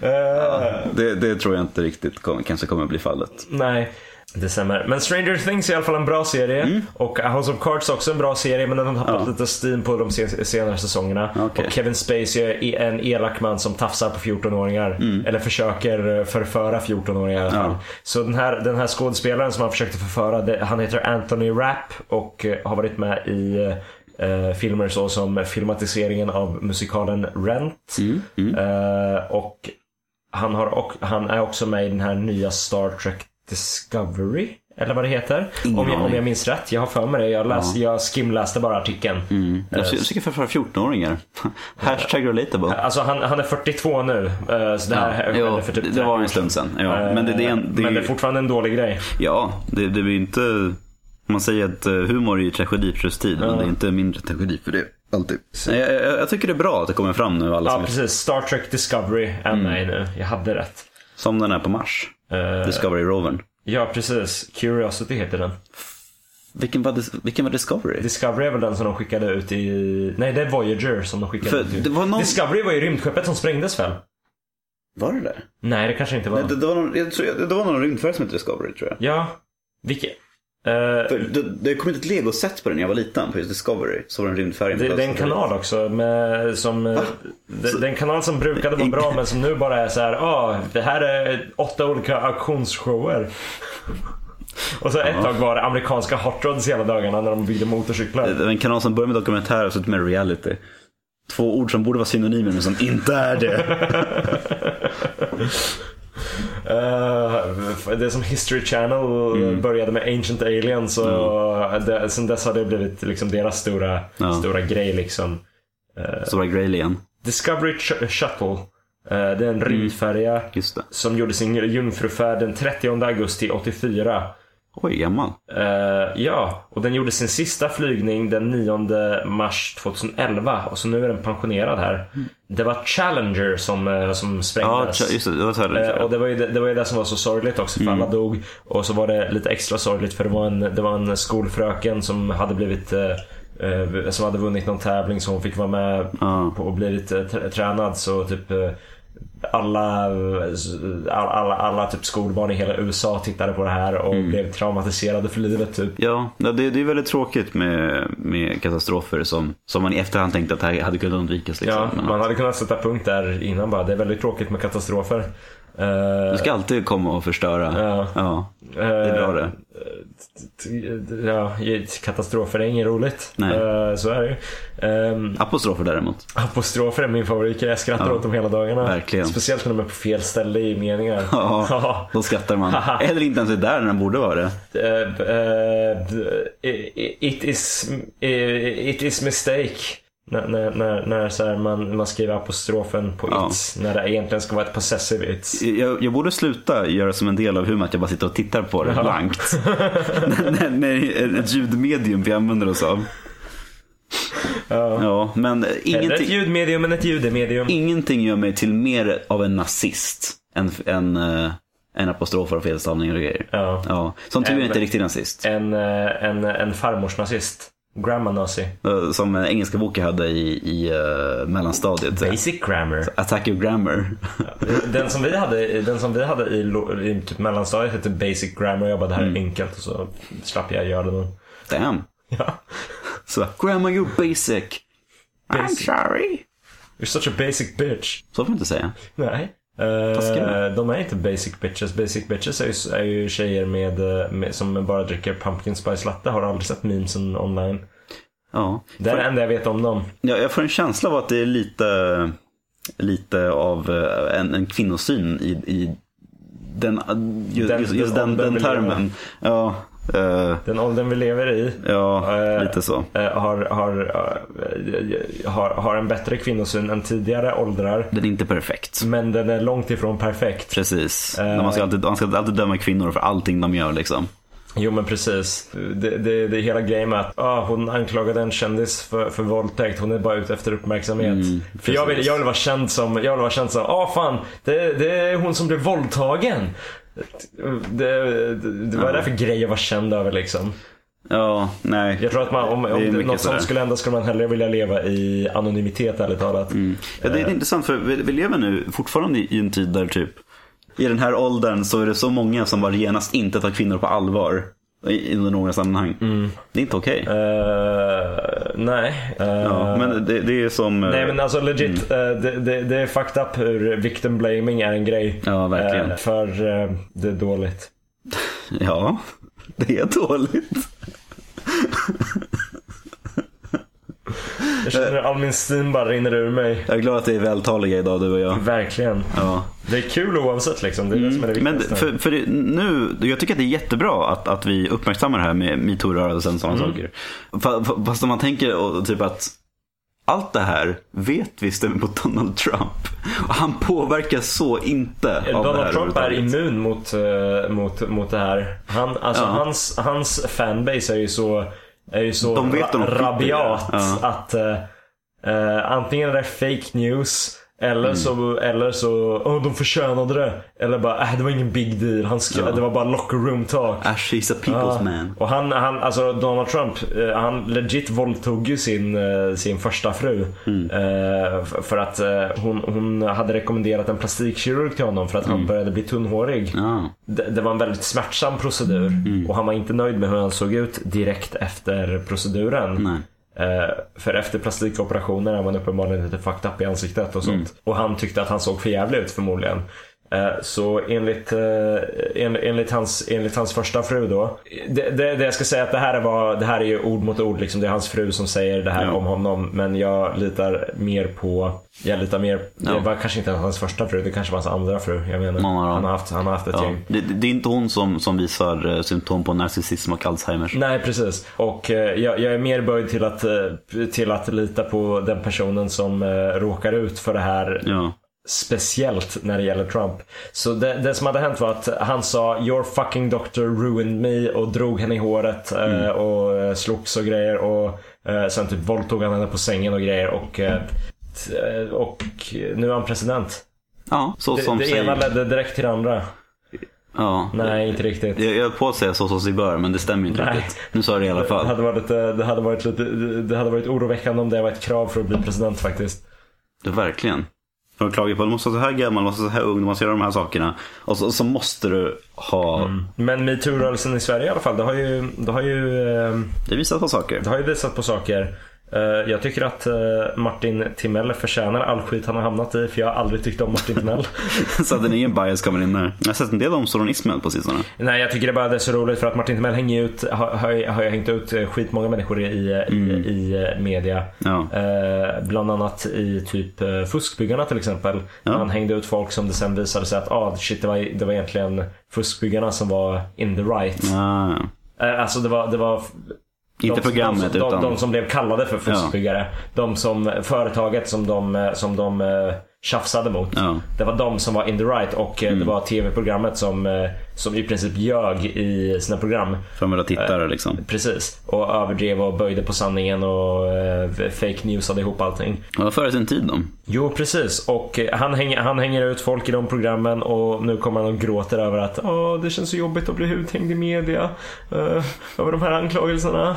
Speaker 1: Eh,
Speaker 2: Det, det tror jag inte riktigt kom, kanske kommer bli fallet.
Speaker 1: Nej. Det stämmer. Men Stranger Things är i alla fall en bra serie.
Speaker 2: Mm.
Speaker 1: Och House of Cards är också en bra serie men den har tappat lite steam på de se- senare säsongerna.
Speaker 2: Okej.
Speaker 1: Och Kevin Spacey är en elak man som tafsar på 14-åringar. Eller försöker eh, förföra 14-åringar i alla fall.
Speaker 2: Mm. Ja.
Speaker 1: Så den här, den här skådespelaren som han försökte förföra, det, han heter Anthony Rapp och eh, har varit med i eh, filmer såsom filmatiseringen av musikalen
Speaker 2: Mm.
Speaker 1: Rent. Eh, och han, har, och han är också med i den här nya Star Trek Discovery. Eller vad det heter.
Speaker 2: Ingen
Speaker 1: Om jag, om
Speaker 2: aning.
Speaker 1: jag minns rätt. Jag har för mig det. Jag, läs, jag skimläste bara artikeln.
Speaker 2: Jag försöker- jag försöker förföra 14-åringar. Hashtag relatable.
Speaker 1: Alltså han, han är 42 nu. eh, Så det här
Speaker 2: jo,
Speaker 1: hände för typ
Speaker 2: det- det var
Speaker 1: 30 år
Speaker 2: en stund sedan. Ja, men det, det, är en, det, är
Speaker 1: men det
Speaker 2: ju-
Speaker 1: är fortfarande en dålig grej.
Speaker 2: Ja, det, det blir inte... om Man säger att eh, humor är ju tragedi plus tid, men det är inte mindre tragedi för det. Alltid. Nej, Jag, jag, jag tycker det är bra att det kommer fram nu alla
Speaker 1: Ja
Speaker 2: som Mm.
Speaker 1: precis, Star Trek Discovery är med nu. Jag hade rätt.
Speaker 2: Som den är på Mars.
Speaker 1: Eh,
Speaker 2: Discovery Rovern.
Speaker 1: ja, precis. Curiosity heter den.
Speaker 2: Vilken var, Dis- vilken var Discovery?
Speaker 1: Discovery är väl den som de skickade ut i... Nej, det är Voyager som de skickade
Speaker 2: För
Speaker 1: ut i.
Speaker 2: det var någon-
Speaker 1: Discovery var ju rymdskeppet som sprängdes väl?
Speaker 2: Var det det?
Speaker 1: Nej, det kanske inte var.
Speaker 2: Nej, det, det, var någon, jag tror, det var någon rymdfärd som hette Discovery tror jag.
Speaker 1: Ja, vilket... eh,
Speaker 2: För det, det kom inte ett legoset på den när jag var liten, på just Discovery. Så var den rymdfärgen.
Speaker 1: Det, det är en kanal också med, som... Det, det är en kanal som brukade vara bra men som nu bara är så här, ah, det här är åtta olika auktionsshower. Och så ett tag var det amerikanska hot rods hela dagarna när de byggde
Speaker 2: Det
Speaker 1: motorcyklar.
Speaker 2: är en kanal som börjar med dokumentär och slutar med reality. Två ord som borde vara synonymer men som inte är det.
Speaker 1: Eh, det är som History Channel
Speaker 2: Mm.
Speaker 1: började med Ancient Aliens och det, sen dess har det blivit liksom deras stora,
Speaker 2: Ja.
Speaker 1: stora grej liksom.
Speaker 2: Stora Graylien.
Speaker 1: Discovery Ch- Shuttle, eh, det
Speaker 2: Mm.
Speaker 1: är en rymdfärja
Speaker 2: Just det.
Speaker 1: som gjorde sin jungfrufärd den 30 augusti 84.
Speaker 2: Oj, gammal.
Speaker 1: Eh, ja, och den gjorde sin sista flygning den 9 mars 2011 och så nu är den pensionerad här. Det var Challenger som, eh, som
Speaker 2: Ja,
Speaker 1: sprängdes.
Speaker 2: tja, just det. Det var så
Speaker 1: Eh,
Speaker 2: här.
Speaker 1: och det var, ju det, det var ju det som var så sorgligt också för
Speaker 2: Mm.
Speaker 1: alla dog. Och så var det lite extra sorgligt för det var en, det var en skolfröken som hade blivit eh, eh, som hade vunnit någon tävling så hon fick vara med
Speaker 2: Ja.
Speaker 1: på och blivit eh, tr- tränad så typ eh, alla, alla, alla, alla typ skolbarn i hela USA tittade på det här och
Speaker 2: Mm.
Speaker 1: blev traumatiserade för livet typ.
Speaker 2: Ja, nej, det, det är väldigt tråkigt med, med katastrofer som, som man i efterhand tänkte att det här hade kunnat undvikas. Liksom.
Speaker 1: Ja,
Speaker 2: Men
Speaker 1: man hade kunnat sätta punkt där innan bara. Det är väldigt tråkigt med katastrofer. Eh,
Speaker 2: Du ska alltid komma och förstöra.
Speaker 1: Ja.
Speaker 2: Ja, det är bra det.
Speaker 1: Eh, Ja, katastrofer är inget roligt.
Speaker 2: Nej.
Speaker 1: Eh, Så är det ju. Ehm,
Speaker 2: Apostrofer däremot.
Speaker 1: Apostrofer är min favorit. Jag skrattar åt dem hela dagarna.
Speaker 2: verkligen.
Speaker 1: Speciellt när de är på fel ställe i meningar.
Speaker 2: Ja, då skrattar man. Eller inte ens är där när den borde vara det.
Speaker 1: Eh, eh, it, is, eh, it is mistake. När, när, när, när så här man, man skriver apostrofen på
Speaker 2: Ja.
Speaker 1: it. När det egentligen ska vara ett possessive it.
Speaker 2: Jag, jag borde sluta göra som en del av humor att jag bara sitter och tittar på det blankt. när, när, ett ljudmedium vi använder oss av.
Speaker 1: Ja.
Speaker 2: Ja, men
Speaker 1: Eller ett
Speaker 2: ingenting,
Speaker 1: ljudmedium än ett ljudmedium.
Speaker 2: ingenting gör mig till mer av en nazist än, än, eh, än apostrofer och felstavningar och grejer.
Speaker 1: Ja.
Speaker 2: Ja, som tur är jag inte riktigt nazist.
Speaker 1: En, eh, en, en farmorsnazist. Grandma nazi.
Speaker 2: Eh, Som en engelska bok jag hade i, i eh, mellanstadiet.
Speaker 1: Basic grammar.
Speaker 2: Attack of grammar.
Speaker 1: Den som vi hade, den som vi hade i, lo- i typ mellanstadiet hette basic grammar och jag bara det här är enkelt och så slapp jag göra det nu.
Speaker 2: Damn.
Speaker 1: Ja.
Speaker 2: Så, grandma you're basic. I'm sorry.
Speaker 1: You're such a basic bitch.
Speaker 2: Så får man inte säga.
Speaker 1: Nej.
Speaker 2: Taskiga.
Speaker 1: Eh, de är inte basic bitches. Basic bitches är ju, är ju tjejer med, eh, med, som bara dricker pumpkin spice latte. Har du aldrig sett memesen online?
Speaker 2: Ja.
Speaker 1: Det är det enda jag vet om dem.
Speaker 2: Ja, jag får en känsla av att det är lite, lite av eh, en, en kvinnosyn i, i den, eh, ju-
Speaker 1: Den-
Speaker 2: just, just den,
Speaker 1: den
Speaker 2: den termen. Ja, eh,
Speaker 1: Den åldern vi lever i
Speaker 2: ja
Speaker 1: Eh,
Speaker 2: lite så.
Speaker 1: eh, har, har, eh, har, har en bättre kvinnosyn än tidigare åldrar.
Speaker 2: Den är inte perfekt.
Speaker 1: Men den är långt ifrån perfekt. Eh.
Speaker 2: Precis. man, ska alltid, man ska alltid döma kvinnor för allting de gör liksom.
Speaker 1: Jo men precis. Det, det, det är hela grejen med att ah, hon anklagade en kändis för, för våldtäkt. Hon är bara ute efter uppmärksamhet.
Speaker 2: Mm,
Speaker 1: för jag vill, jag vill vara känd som, jag vill vara känd som, ah fan, det, det är hon som blev våldtagen. Det, det, det var därför grej att vara känd över liksom.
Speaker 2: Ja, nej.
Speaker 1: Jag tror att man, om, om
Speaker 2: Det är
Speaker 1: det,
Speaker 2: mycket
Speaker 1: något
Speaker 2: sådär.
Speaker 1: sånt skulle hända skulle man hellre vilja leva i anonymitet ärligt talat.
Speaker 2: Ja, det är intressant för vi, vi lever nu fortfarande i en tid där typ i den här åldern så är det så många som bara genast inte tar kvinnor på allvar i, i några sammanhang.
Speaker 1: Mm.
Speaker 2: Det är inte okej.
Speaker 1: Eh, nej. Eh,
Speaker 2: Ja, Mm. men det, det är som... eh,
Speaker 1: Nej men alltså legit, eh, det, det, det är fucked up hur victim blaming är en grej.
Speaker 2: Ja, verkligen.
Speaker 1: Eh, För eh, det är dåligt.
Speaker 2: Ja, det är dåligt.
Speaker 1: Jag känner hur all min steam bara rinner ur mig.
Speaker 2: Jag är glad att det är vältaliga idag du och jag.
Speaker 1: Verkligen.
Speaker 2: Ja.
Speaker 1: Det är kul oavsett liksom. Det är det som är det
Speaker 2: Mm. Men
Speaker 1: viktigaste.
Speaker 2: för, för det, nu, jag tycker att det är jättebra att, att vi uppmärksammar det här med metoo-rörelsen och
Speaker 1: Mm.
Speaker 2: sådana saker. Fa- fa- Fast om man tänker och, typ att allt det här vet vi stämmer på Donald Trump. Och han påverkas så inte av det
Speaker 1: Eh, Donald
Speaker 2: här
Speaker 1: Trump är
Speaker 2: överhuvudtaget.
Speaker 1: immun mot, eh, mot, mot det här. Han, alltså,
Speaker 2: Ja.
Speaker 1: hans, hans fanbase är ju så, är ju så
Speaker 2: De vet de skiter i det.
Speaker 1: rabiat
Speaker 2: Ja.
Speaker 1: att eh, eh, antingen är det fake news Eller
Speaker 2: Mm.
Speaker 1: så, eller så, oh, de förtjänade det. Eller bara, äh, det var ingen big deal. Han skrev,
Speaker 2: Ja.
Speaker 1: Det var bara locker room talk.
Speaker 2: Ash is a people's
Speaker 1: Ja.
Speaker 2: man.
Speaker 1: Och han, han, alltså Donald Trump, eh, han legit våldtog ju sin, eh, sin första fru. Eh, f- För att eh, hon, hon hade rekommenderat en plastikkirurg till honom för att han började bli tunnhårig.
Speaker 2: Ja.
Speaker 1: Det, det var en väldigt smärtsam procedur
Speaker 2: Mm.
Speaker 1: och han var inte nöjd med hur han såg ut direkt efter proceduren.
Speaker 2: Nej.
Speaker 1: Eh, För efter plastikoperationen är man uppenbarligen lite fucked up i ansiktet och sånt.
Speaker 2: Mm.
Speaker 1: Och han tyckte att han såg för jävligt ut förmodligen. Eh, Så enligt, eh, en, enligt, hans, enligt hans första fru då. Det, det, det jag ska säga att det här, var, det här är ju ord mot ord. Liksom. Det är hans fru som säger det här
Speaker 2: Ja.
Speaker 1: om honom. Men jag litar mer på, jag litar mer, det var kanske inte hans första fru. Det kanske var hans andra fru. Jag menar,
Speaker 2: Många då.
Speaker 1: han har haft, han har haft ett
Speaker 2: Ja.
Speaker 1: gäng.
Speaker 2: Det, det är inte hon som, som visar eh, symptom på narcissism och Alzheimers.
Speaker 1: Nej precis. Och eh, jag, jag är mer böjd till att, eh, till att lita på den personen som eh, råkar ut för det här
Speaker 2: Ja.
Speaker 1: Speciellt när det gäller Trump. Så det, det som hade hänt var att han sa “Your fucking doctor ruined me” och drog henne i håret eh, och eh, slogs och grejer. Och eh, Sen typ våldtog han henne på sängen och grejer. Och, eh, t- eh, och nu är han president.
Speaker 2: Ja, så
Speaker 1: Det,
Speaker 2: som
Speaker 1: det
Speaker 2: sig...
Speaker 1: ena ledde direkt till det andra.
Speaker 2: Ja.
Speaker 1: Nej, inte riktigt.
Speaker 2: Jag jag höll på att säga så som sig bör, men det stämmer inte
Speaker 1: Nej.
Speaker 2: riktigt. Nu sa jag det i alla
Speaker 1: Det
Speaker 2: fall.
Speaker 1: hade, varit, eh, det, hade varit lite, det hade varit oroväckande om det var ett krav för att bli president faktiskt.
Speaker 2: Det, verkligen. De klagar på att du måste vara så här gammal, du måste vara så här ung, du måste göra de här sakerna. Och så, så måste du ha...
Speaker 1: Men metoo-rörelsen i Sverige i alla fall, det har ju, det har ju eh,
Speaker 2: Det visar på saker.
Speaker 1: Det har ju visat på saker. Eh, Jag tycker att eh, Martin Timell förtjänar all skit han har hamnat i för jag har aldrig tyckt om Martin Timell.
Speaker 2: så att en egen bias kommer in där. Jag har sett en del omsorganismen på sistone.
Speaker 1: Nej jag tycker det bara det är så roligt för att Martin Timell hänger ju ut, har, har ju- har ju hängt ut eh, skitmånga människor i, i, i eh, media.
Speaker 2: Ja.
Speaker 1: Eh, Bland annat i typ eh, Fuskbyggarna till exempel.
Speaker 2: Ja.
Speaker 1: Han hängde ut folk som det sen visade sig att ah, shit, det, var, det var egentligen Fuskbyggarna som var in the right.
Speaker 2: Ah, ja.
Speaker 1: Eh, Alltså det var, det var
Speaker 2: inte
Speaker 1: de som-
Speaker 2: programmet
Speaker 1: de, som-
Speaker 2: utan...
Speaker 1: de, de som blev kallade för fuskbyggare. De som, företaget som de, eh, som de eh, tjafsade mot.
Speaker 2: Ja. Mm.
Speaker 1: Det var de som var in the right och eh, det var tv-programmet som, eh, som i princip ljög i sina program.
Speaker 2: Framförallt tittare liksom.
Speaker 1: Precis. Och överdrev och böjde på sanningen och eh, fake newsade ihop allting.
Speaker 2: Det var före sin tid då.
Speaker 1: Jo precis och eh, han hänger, han hänger ut folk i de programmen och nu kommer han och gråter över att Åh, det känns så jobbigt att bli uthängd i media eh, över de här anklagelserna.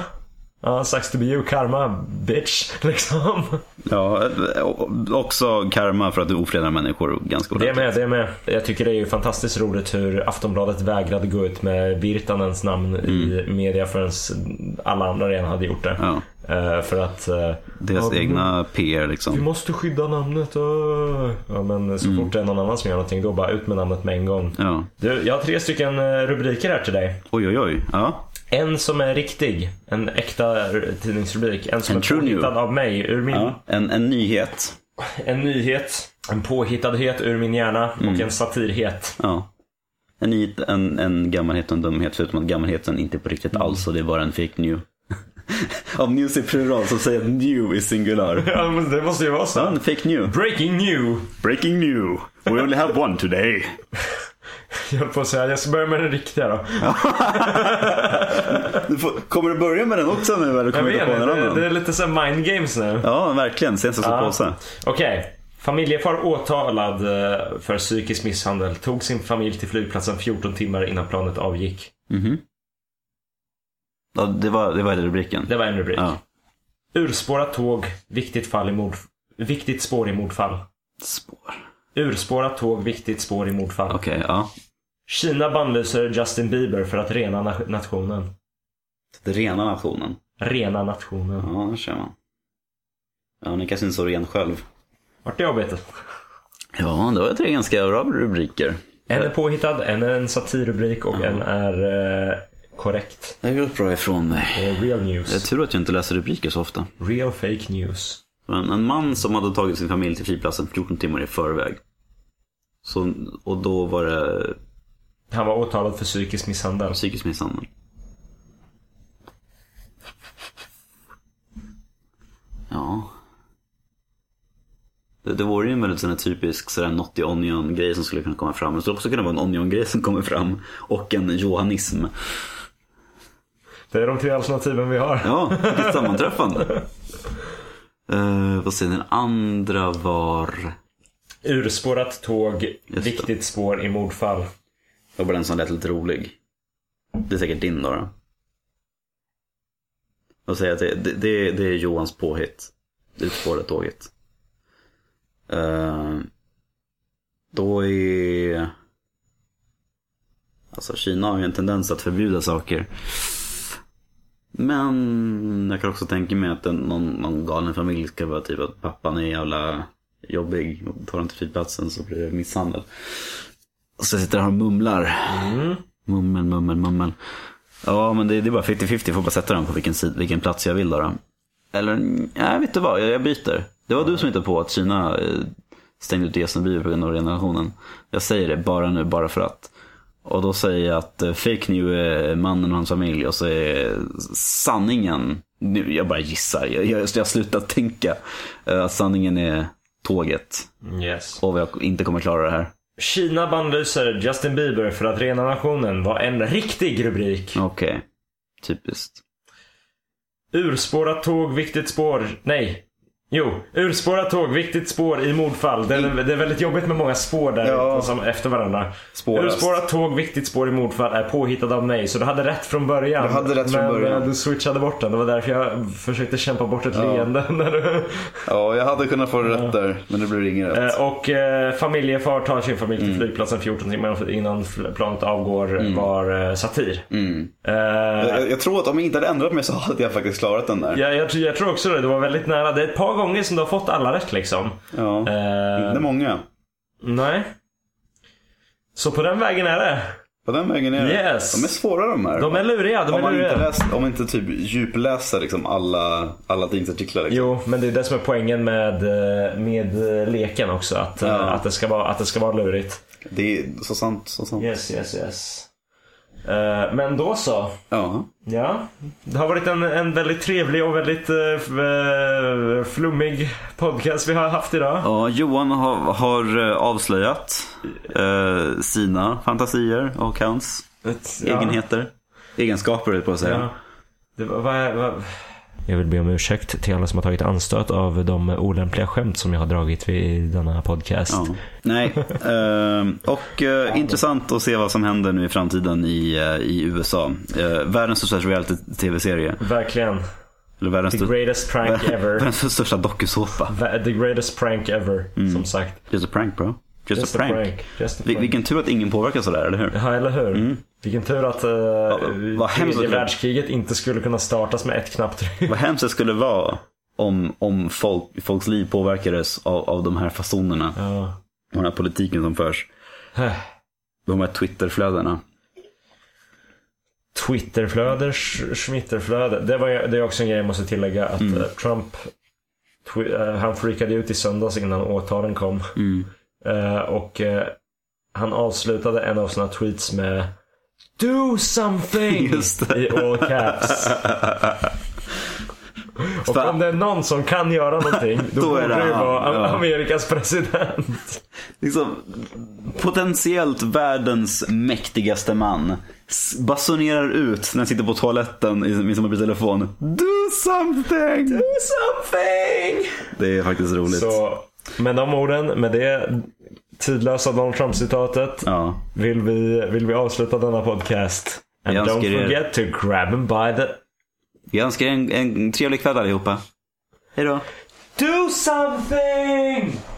Speaker 1: Ja, sucks to be you, karma bitch. Liksom.
Speaker 2: Ja, och- också karma för att du ofredar människor ganska
Speaker 1: Det är
Speaker 2: ordentligt.
Speaker 1: med, det är med. Jag tycker det är ju fantastiskt roligt hur Aftonbladet vägrade gå ut med Virtanens namn i media förrän alla andra redan hade gjort det.
Speaker 2: Ja,
Speaker 1: Eh, för att eh,
Speaker 2: deras
Speaker 1: ja, vi-
Speaker 2: egna PR
Speaker 1: Vi
Speaker 2: liksom.
Speaker 1: måste skydda namnet. eh. Ja, men så fort det är någon annan som gör någonting då bara ut med namnet med en gång.
Speaker 2: Ja.
Speaker 1: Du, jag har tre stycken eh, rubriker här till dig.
Speaker 2: Oj, oj, oj. Ja.
Speaker 1: En som är riktig, en äkta r- tidningsrubrik. En som
Speaker 2: En
Speaker 1: är
Speaker 2: true new.
Speaker 1: påhittad av mig, ur min,
Speaker 2: ja. En, en nyhet.
Speaker 1: en nyhet. En påhittadhet ur min hjärna
Speaker 2: Mm.
Speaker 1: och en satirhet.
Speaker 2: Ja. En, nyhet, en, en gammalhet och en dumhet, förutom att gammalheten inte är på riktigt alls och det är bara en fake new. Av news i plural så säger jag att new i singular.
Speaker 1: Ja, men det måste ju vara
Speaker 2: Ja,
Speaker 1: så.
Speaker 2: en fake new.
Speaker 1: Breaking new!
Speaker 2: Breaking new. We only have one today.
Speaker 1: Jag höll på att säga, jag ska börja med den riktiga då.
Speaker 2: Du får, kommer du börja med den också nu eller
Speaker 1: Jag
Speaker 2: kommer du
Speaker 1: vet,
Speaker 2: på någon
Speaker 1: det,
Speaker 2: annan?
Speaker 1: det är lite så här mind games nu.
Speaker 2: Ja, verkligen. Sen så
Speaker 1: Ja.
Speaker 2: påse.
Speaker 1: Okej. Familjefar åtalad eh, för psykisk misshandel tog sin familj till flygplatsen 14 timmar innan planet avgick.
Speaker 2: Mhm. Ja, det var, det var det rubriken.
Speaker 1: Det var en rubrik.
Speaker 2: Ja.
Speaker 1: Urspårat tåg, viktigt, fall i mord... viktigt spår i mordfall.
Speaker 2: Spår.
Speaker 1: Urspårat tåg, viktigt spår i mordfall.
Speaker 2: Okej, ja.
Speaker 1: Kina bannlyser Justin Bieber för att rena na- nationen.
Speaker 2: Det rena nationen.
Speaker 1: Rena nationen.
Speaker 2: Ja, det ser man. Ja, hon är kanske inte så ren själv.
Speaker 1: Vart är jobbigt?
Speaker 2: Ja, det var tre ganska bra rubriker.
Speaker 1: En är påhittad, en är en satirrubrik och en är eh, korrekt.
Speaker 2: Det har gått bra ifrån mig.
Speaker 1: Det är real
Speaker 2: Det är
Speaker 1: news.
Speaker 2: tur att jag inte läser rubriker så ofta.
Speaker 1: Real fake news.
Speaker 2: Men en man som hade tagit sin familj till flygplatsen 14 timmar i förväg. Så, och då var det
Speaker 1: Han var åtalad för psykisk misshandel.
Speaker 2: psykisk misshandel. Ja. Det, det vore ju en väldigt sån här typisk sådär not the onion grej som skulle kunna komma fram. Det skulle också kunna vara en onion grej som kommer fram. Och en johanism.
Speaker 1: Det är de tre alternativen vi har.
Speaker 2: Ja, vilket sammanträffande. Eh, vad säger den andra var
Speaker 1: Urspårat tåg,
Speaker 2: det.
Speaker 1: viktigt spår i mordfall.
Speaker 2: Det var bara den som lät lite rolig. Det är säkert din då. då. Och säga att det, det, det, är- det är Johans påhitt. Utspårade tåget. Eh, då är... Alltså Kina har ju en tendens att förbjuda saker. Men jag kan också tänka mig att en, någon, någon galen familj ska vara typ att pappan är jävla jobbig och tar inte flygplatsen så blir det misshandel. Så jag sitter här och mumlar. Mummel, mummel, mummel. Ja, men det, det är bara 50-50. Jag får bara sätta den på vilken, sid- vilken plats jag vill. Då, då. Eller, nej, vet du vad? Jag, jag byter. Det var du som hittade på att Kina eh, stängde ut Jason Bieber på grund av generationen. Jag säger det bara nu, bara för att. Och då säger jag att eh, fake new är mannen och hans familj och så är sanningen, nu, jag bara gissar, jag, jag, jag har slutat tänka, eh, att sanningen är tåget.
Speaker 1: Yes.
Speaker 2: Och jag inte kommer klara det här.
Speaker 1: Kina bannlyser Justin Bieber för att rena nationen var en riktig rubrik.
Speaker 2: Okej, typiskt.
Speaker 1: Urspårat tåg, viktigt spår. Nej. Jo, urspårat tåg, viktigt spår i mordfall. Det är, det är väldigt jobbigt med många spår där
Speaker 2: Mm. Ja.
Speaker 1: ute som efter varandra.
Speaker 2: Spårast.
Speaker 1: Urspårat tåg, viktigt spår i mordfall är påhittad av mig. Så du hade rätt från början.
Speaker 2: Jag hade rätt
Speaker 1: men,
Speaker 2: från början.
Speaker 1: eh, du switchade bort den. Det var därför jag försökte kämpa bort ett leende. När du...
Speaker 2: Ja, jag hade kunnat få det rätt där, men det blev ingen rätt.
Speaker 1: Eh, Och eh, familjefar tar sin familj
Speaker 2: Mm.
Speaker 1: till flygplatsen 14 timmar innan fl- planet avgår var eh, satir.
Speaker 2: Mm.
Speaker 1: Eh,
Speaker 2: Jag, jag tror att om jag inte hade ändrat mig så hade jag faktiskt klarat den där.
Speaker 1: jag, jag, tror- jag tror också det. Det var väldigt nära. Det är ett par gånger som du har fått alla rätt liksom.
Speaker 2: Ja.
Speaker 1: Eh,
Speaker 2: Inte många.
Speaker 1: Nej. Så på den vägen är det.
Speaker 2: På den vägen är det.
Speaker 1: Yes.
Speaker 2: De är svåra de här.
Speaker 1: De är luriga. De
Speaker 2: om
Speaker 1: är
Speaker 2: man inte,
Speaker 1: luriga.
Speaker 2: läst, om man inte typ djupläser liksom alla, alla tidningsartiklar. Liksom.
Speaker 1: Jo, men det är det som är poängen med, eh, med eh, leken också. Att, eh,
Speaker 2: Ja.
Speaker 1: att, det ska vara, att det ska vara lurigt.
Speaker 2: Det är så sant, så sant.
Speaker 1: Yes, yes, yes. Eh, men då så.
Speaker 2: Ja.
Speaker 1: Ja. Det har varit en, en väldigt trevlig och väldigt eh, f- eh, flummig podcast vi har haft idag.
Speaker 2: ja, Johan har, har eh, avslöjat eh, sina fantasier och hans
Speaker 1: Ja.
Speaker 2: egenheter. Egenskaper höll jag på att säga.
Speaker 1: Ja. Det var, vad- vad- Jag vill be om ursäkt till alla som har tagit anstöt av de olämpliga skämt som jag har dragit i denna podcast.
Speaker 2: Ja. Nej, ehm, och eh, intressant att se vad som händer nu i framtiden i, eh, i USA. Eh, världens största reality-tv-serie.
Speaker 1: Verkligen.
Speaker 2: Eller världens,
Speaker 1: The
Speaker 2: stör-
Speaker 1: greatest prank ever.
Speaker 2: världens största dokusåpa.
Speaker 1: Va- The greatest prank ever, som sagt.
Speaker 2: Mm. Just a prank bro. Just, a prank.
Speaker 1: Just a
Speaker 2: Vi-
Speaker 1: prank.
Speaker 2: vilken tur att ingen påverkas sådär, eller hur?
Speaker 1: Ja, eller hur? Vilken tur att eh,
Speaker 2: vad hemskt
Speaker 1: tredje
Speaker 2: att det-
Speaker 1: världskriget inte skulle kunna startas med ett knapptryck.
Speaker 2: Vad hemskt det skulle vara om, om folk, folks liv påverkades av, av de här fasonerna.
Speaker 1: Ja.
Speaker 2: Och den här politiken som förs. De här Twitterflödena.
Speaker 1: Twitterflöde, sch- schmitterflöde. Det, var, ju- det är också en grej jag måste tillägga. Att
Speaker 2: Mm.
Speaker 1: eh, Trump, twi- eh, han freakade ut i söndags innan åtalen kom.
Speaker 2: Mm.
Speaker 1: Eh, och eh, han avslutade en av sina tweets med Do something!
Speaker 2: Just det.
Speaker 1: I all caps. och om det är någon som kan göra någonting, då,
Speaker 2: Då är
Speaker 1: borde
Speaker 2: det
Speaker 1: det ju
Speaker 2: han,
Speaker 1: vara
Speaker 2: ja.
Speaker 1: Amerikas president.
Speaker 2: Liksom, potentiellt världens mäktigaste man s- basunerar ut när han sitter på toaletten i i sin mobiltelefon. Do something! Do something! Det är faktiskt roligt.
Speaker 1: Så med de orden, med det tidlösa Donald Trump-citatet.
Speaker 2: Ja.
Speaker 1: vill vi, vill vi avsluta denna podcast. And
Speaker 2: Jag
Speaker 1: don't
Speaker 2: önskar er-
Speaker 1: forget to grab and by the...
Speaker 2: Vi önskar er en, en trevlig kväll allihopa. Hej då.
Speaker 1: Do something!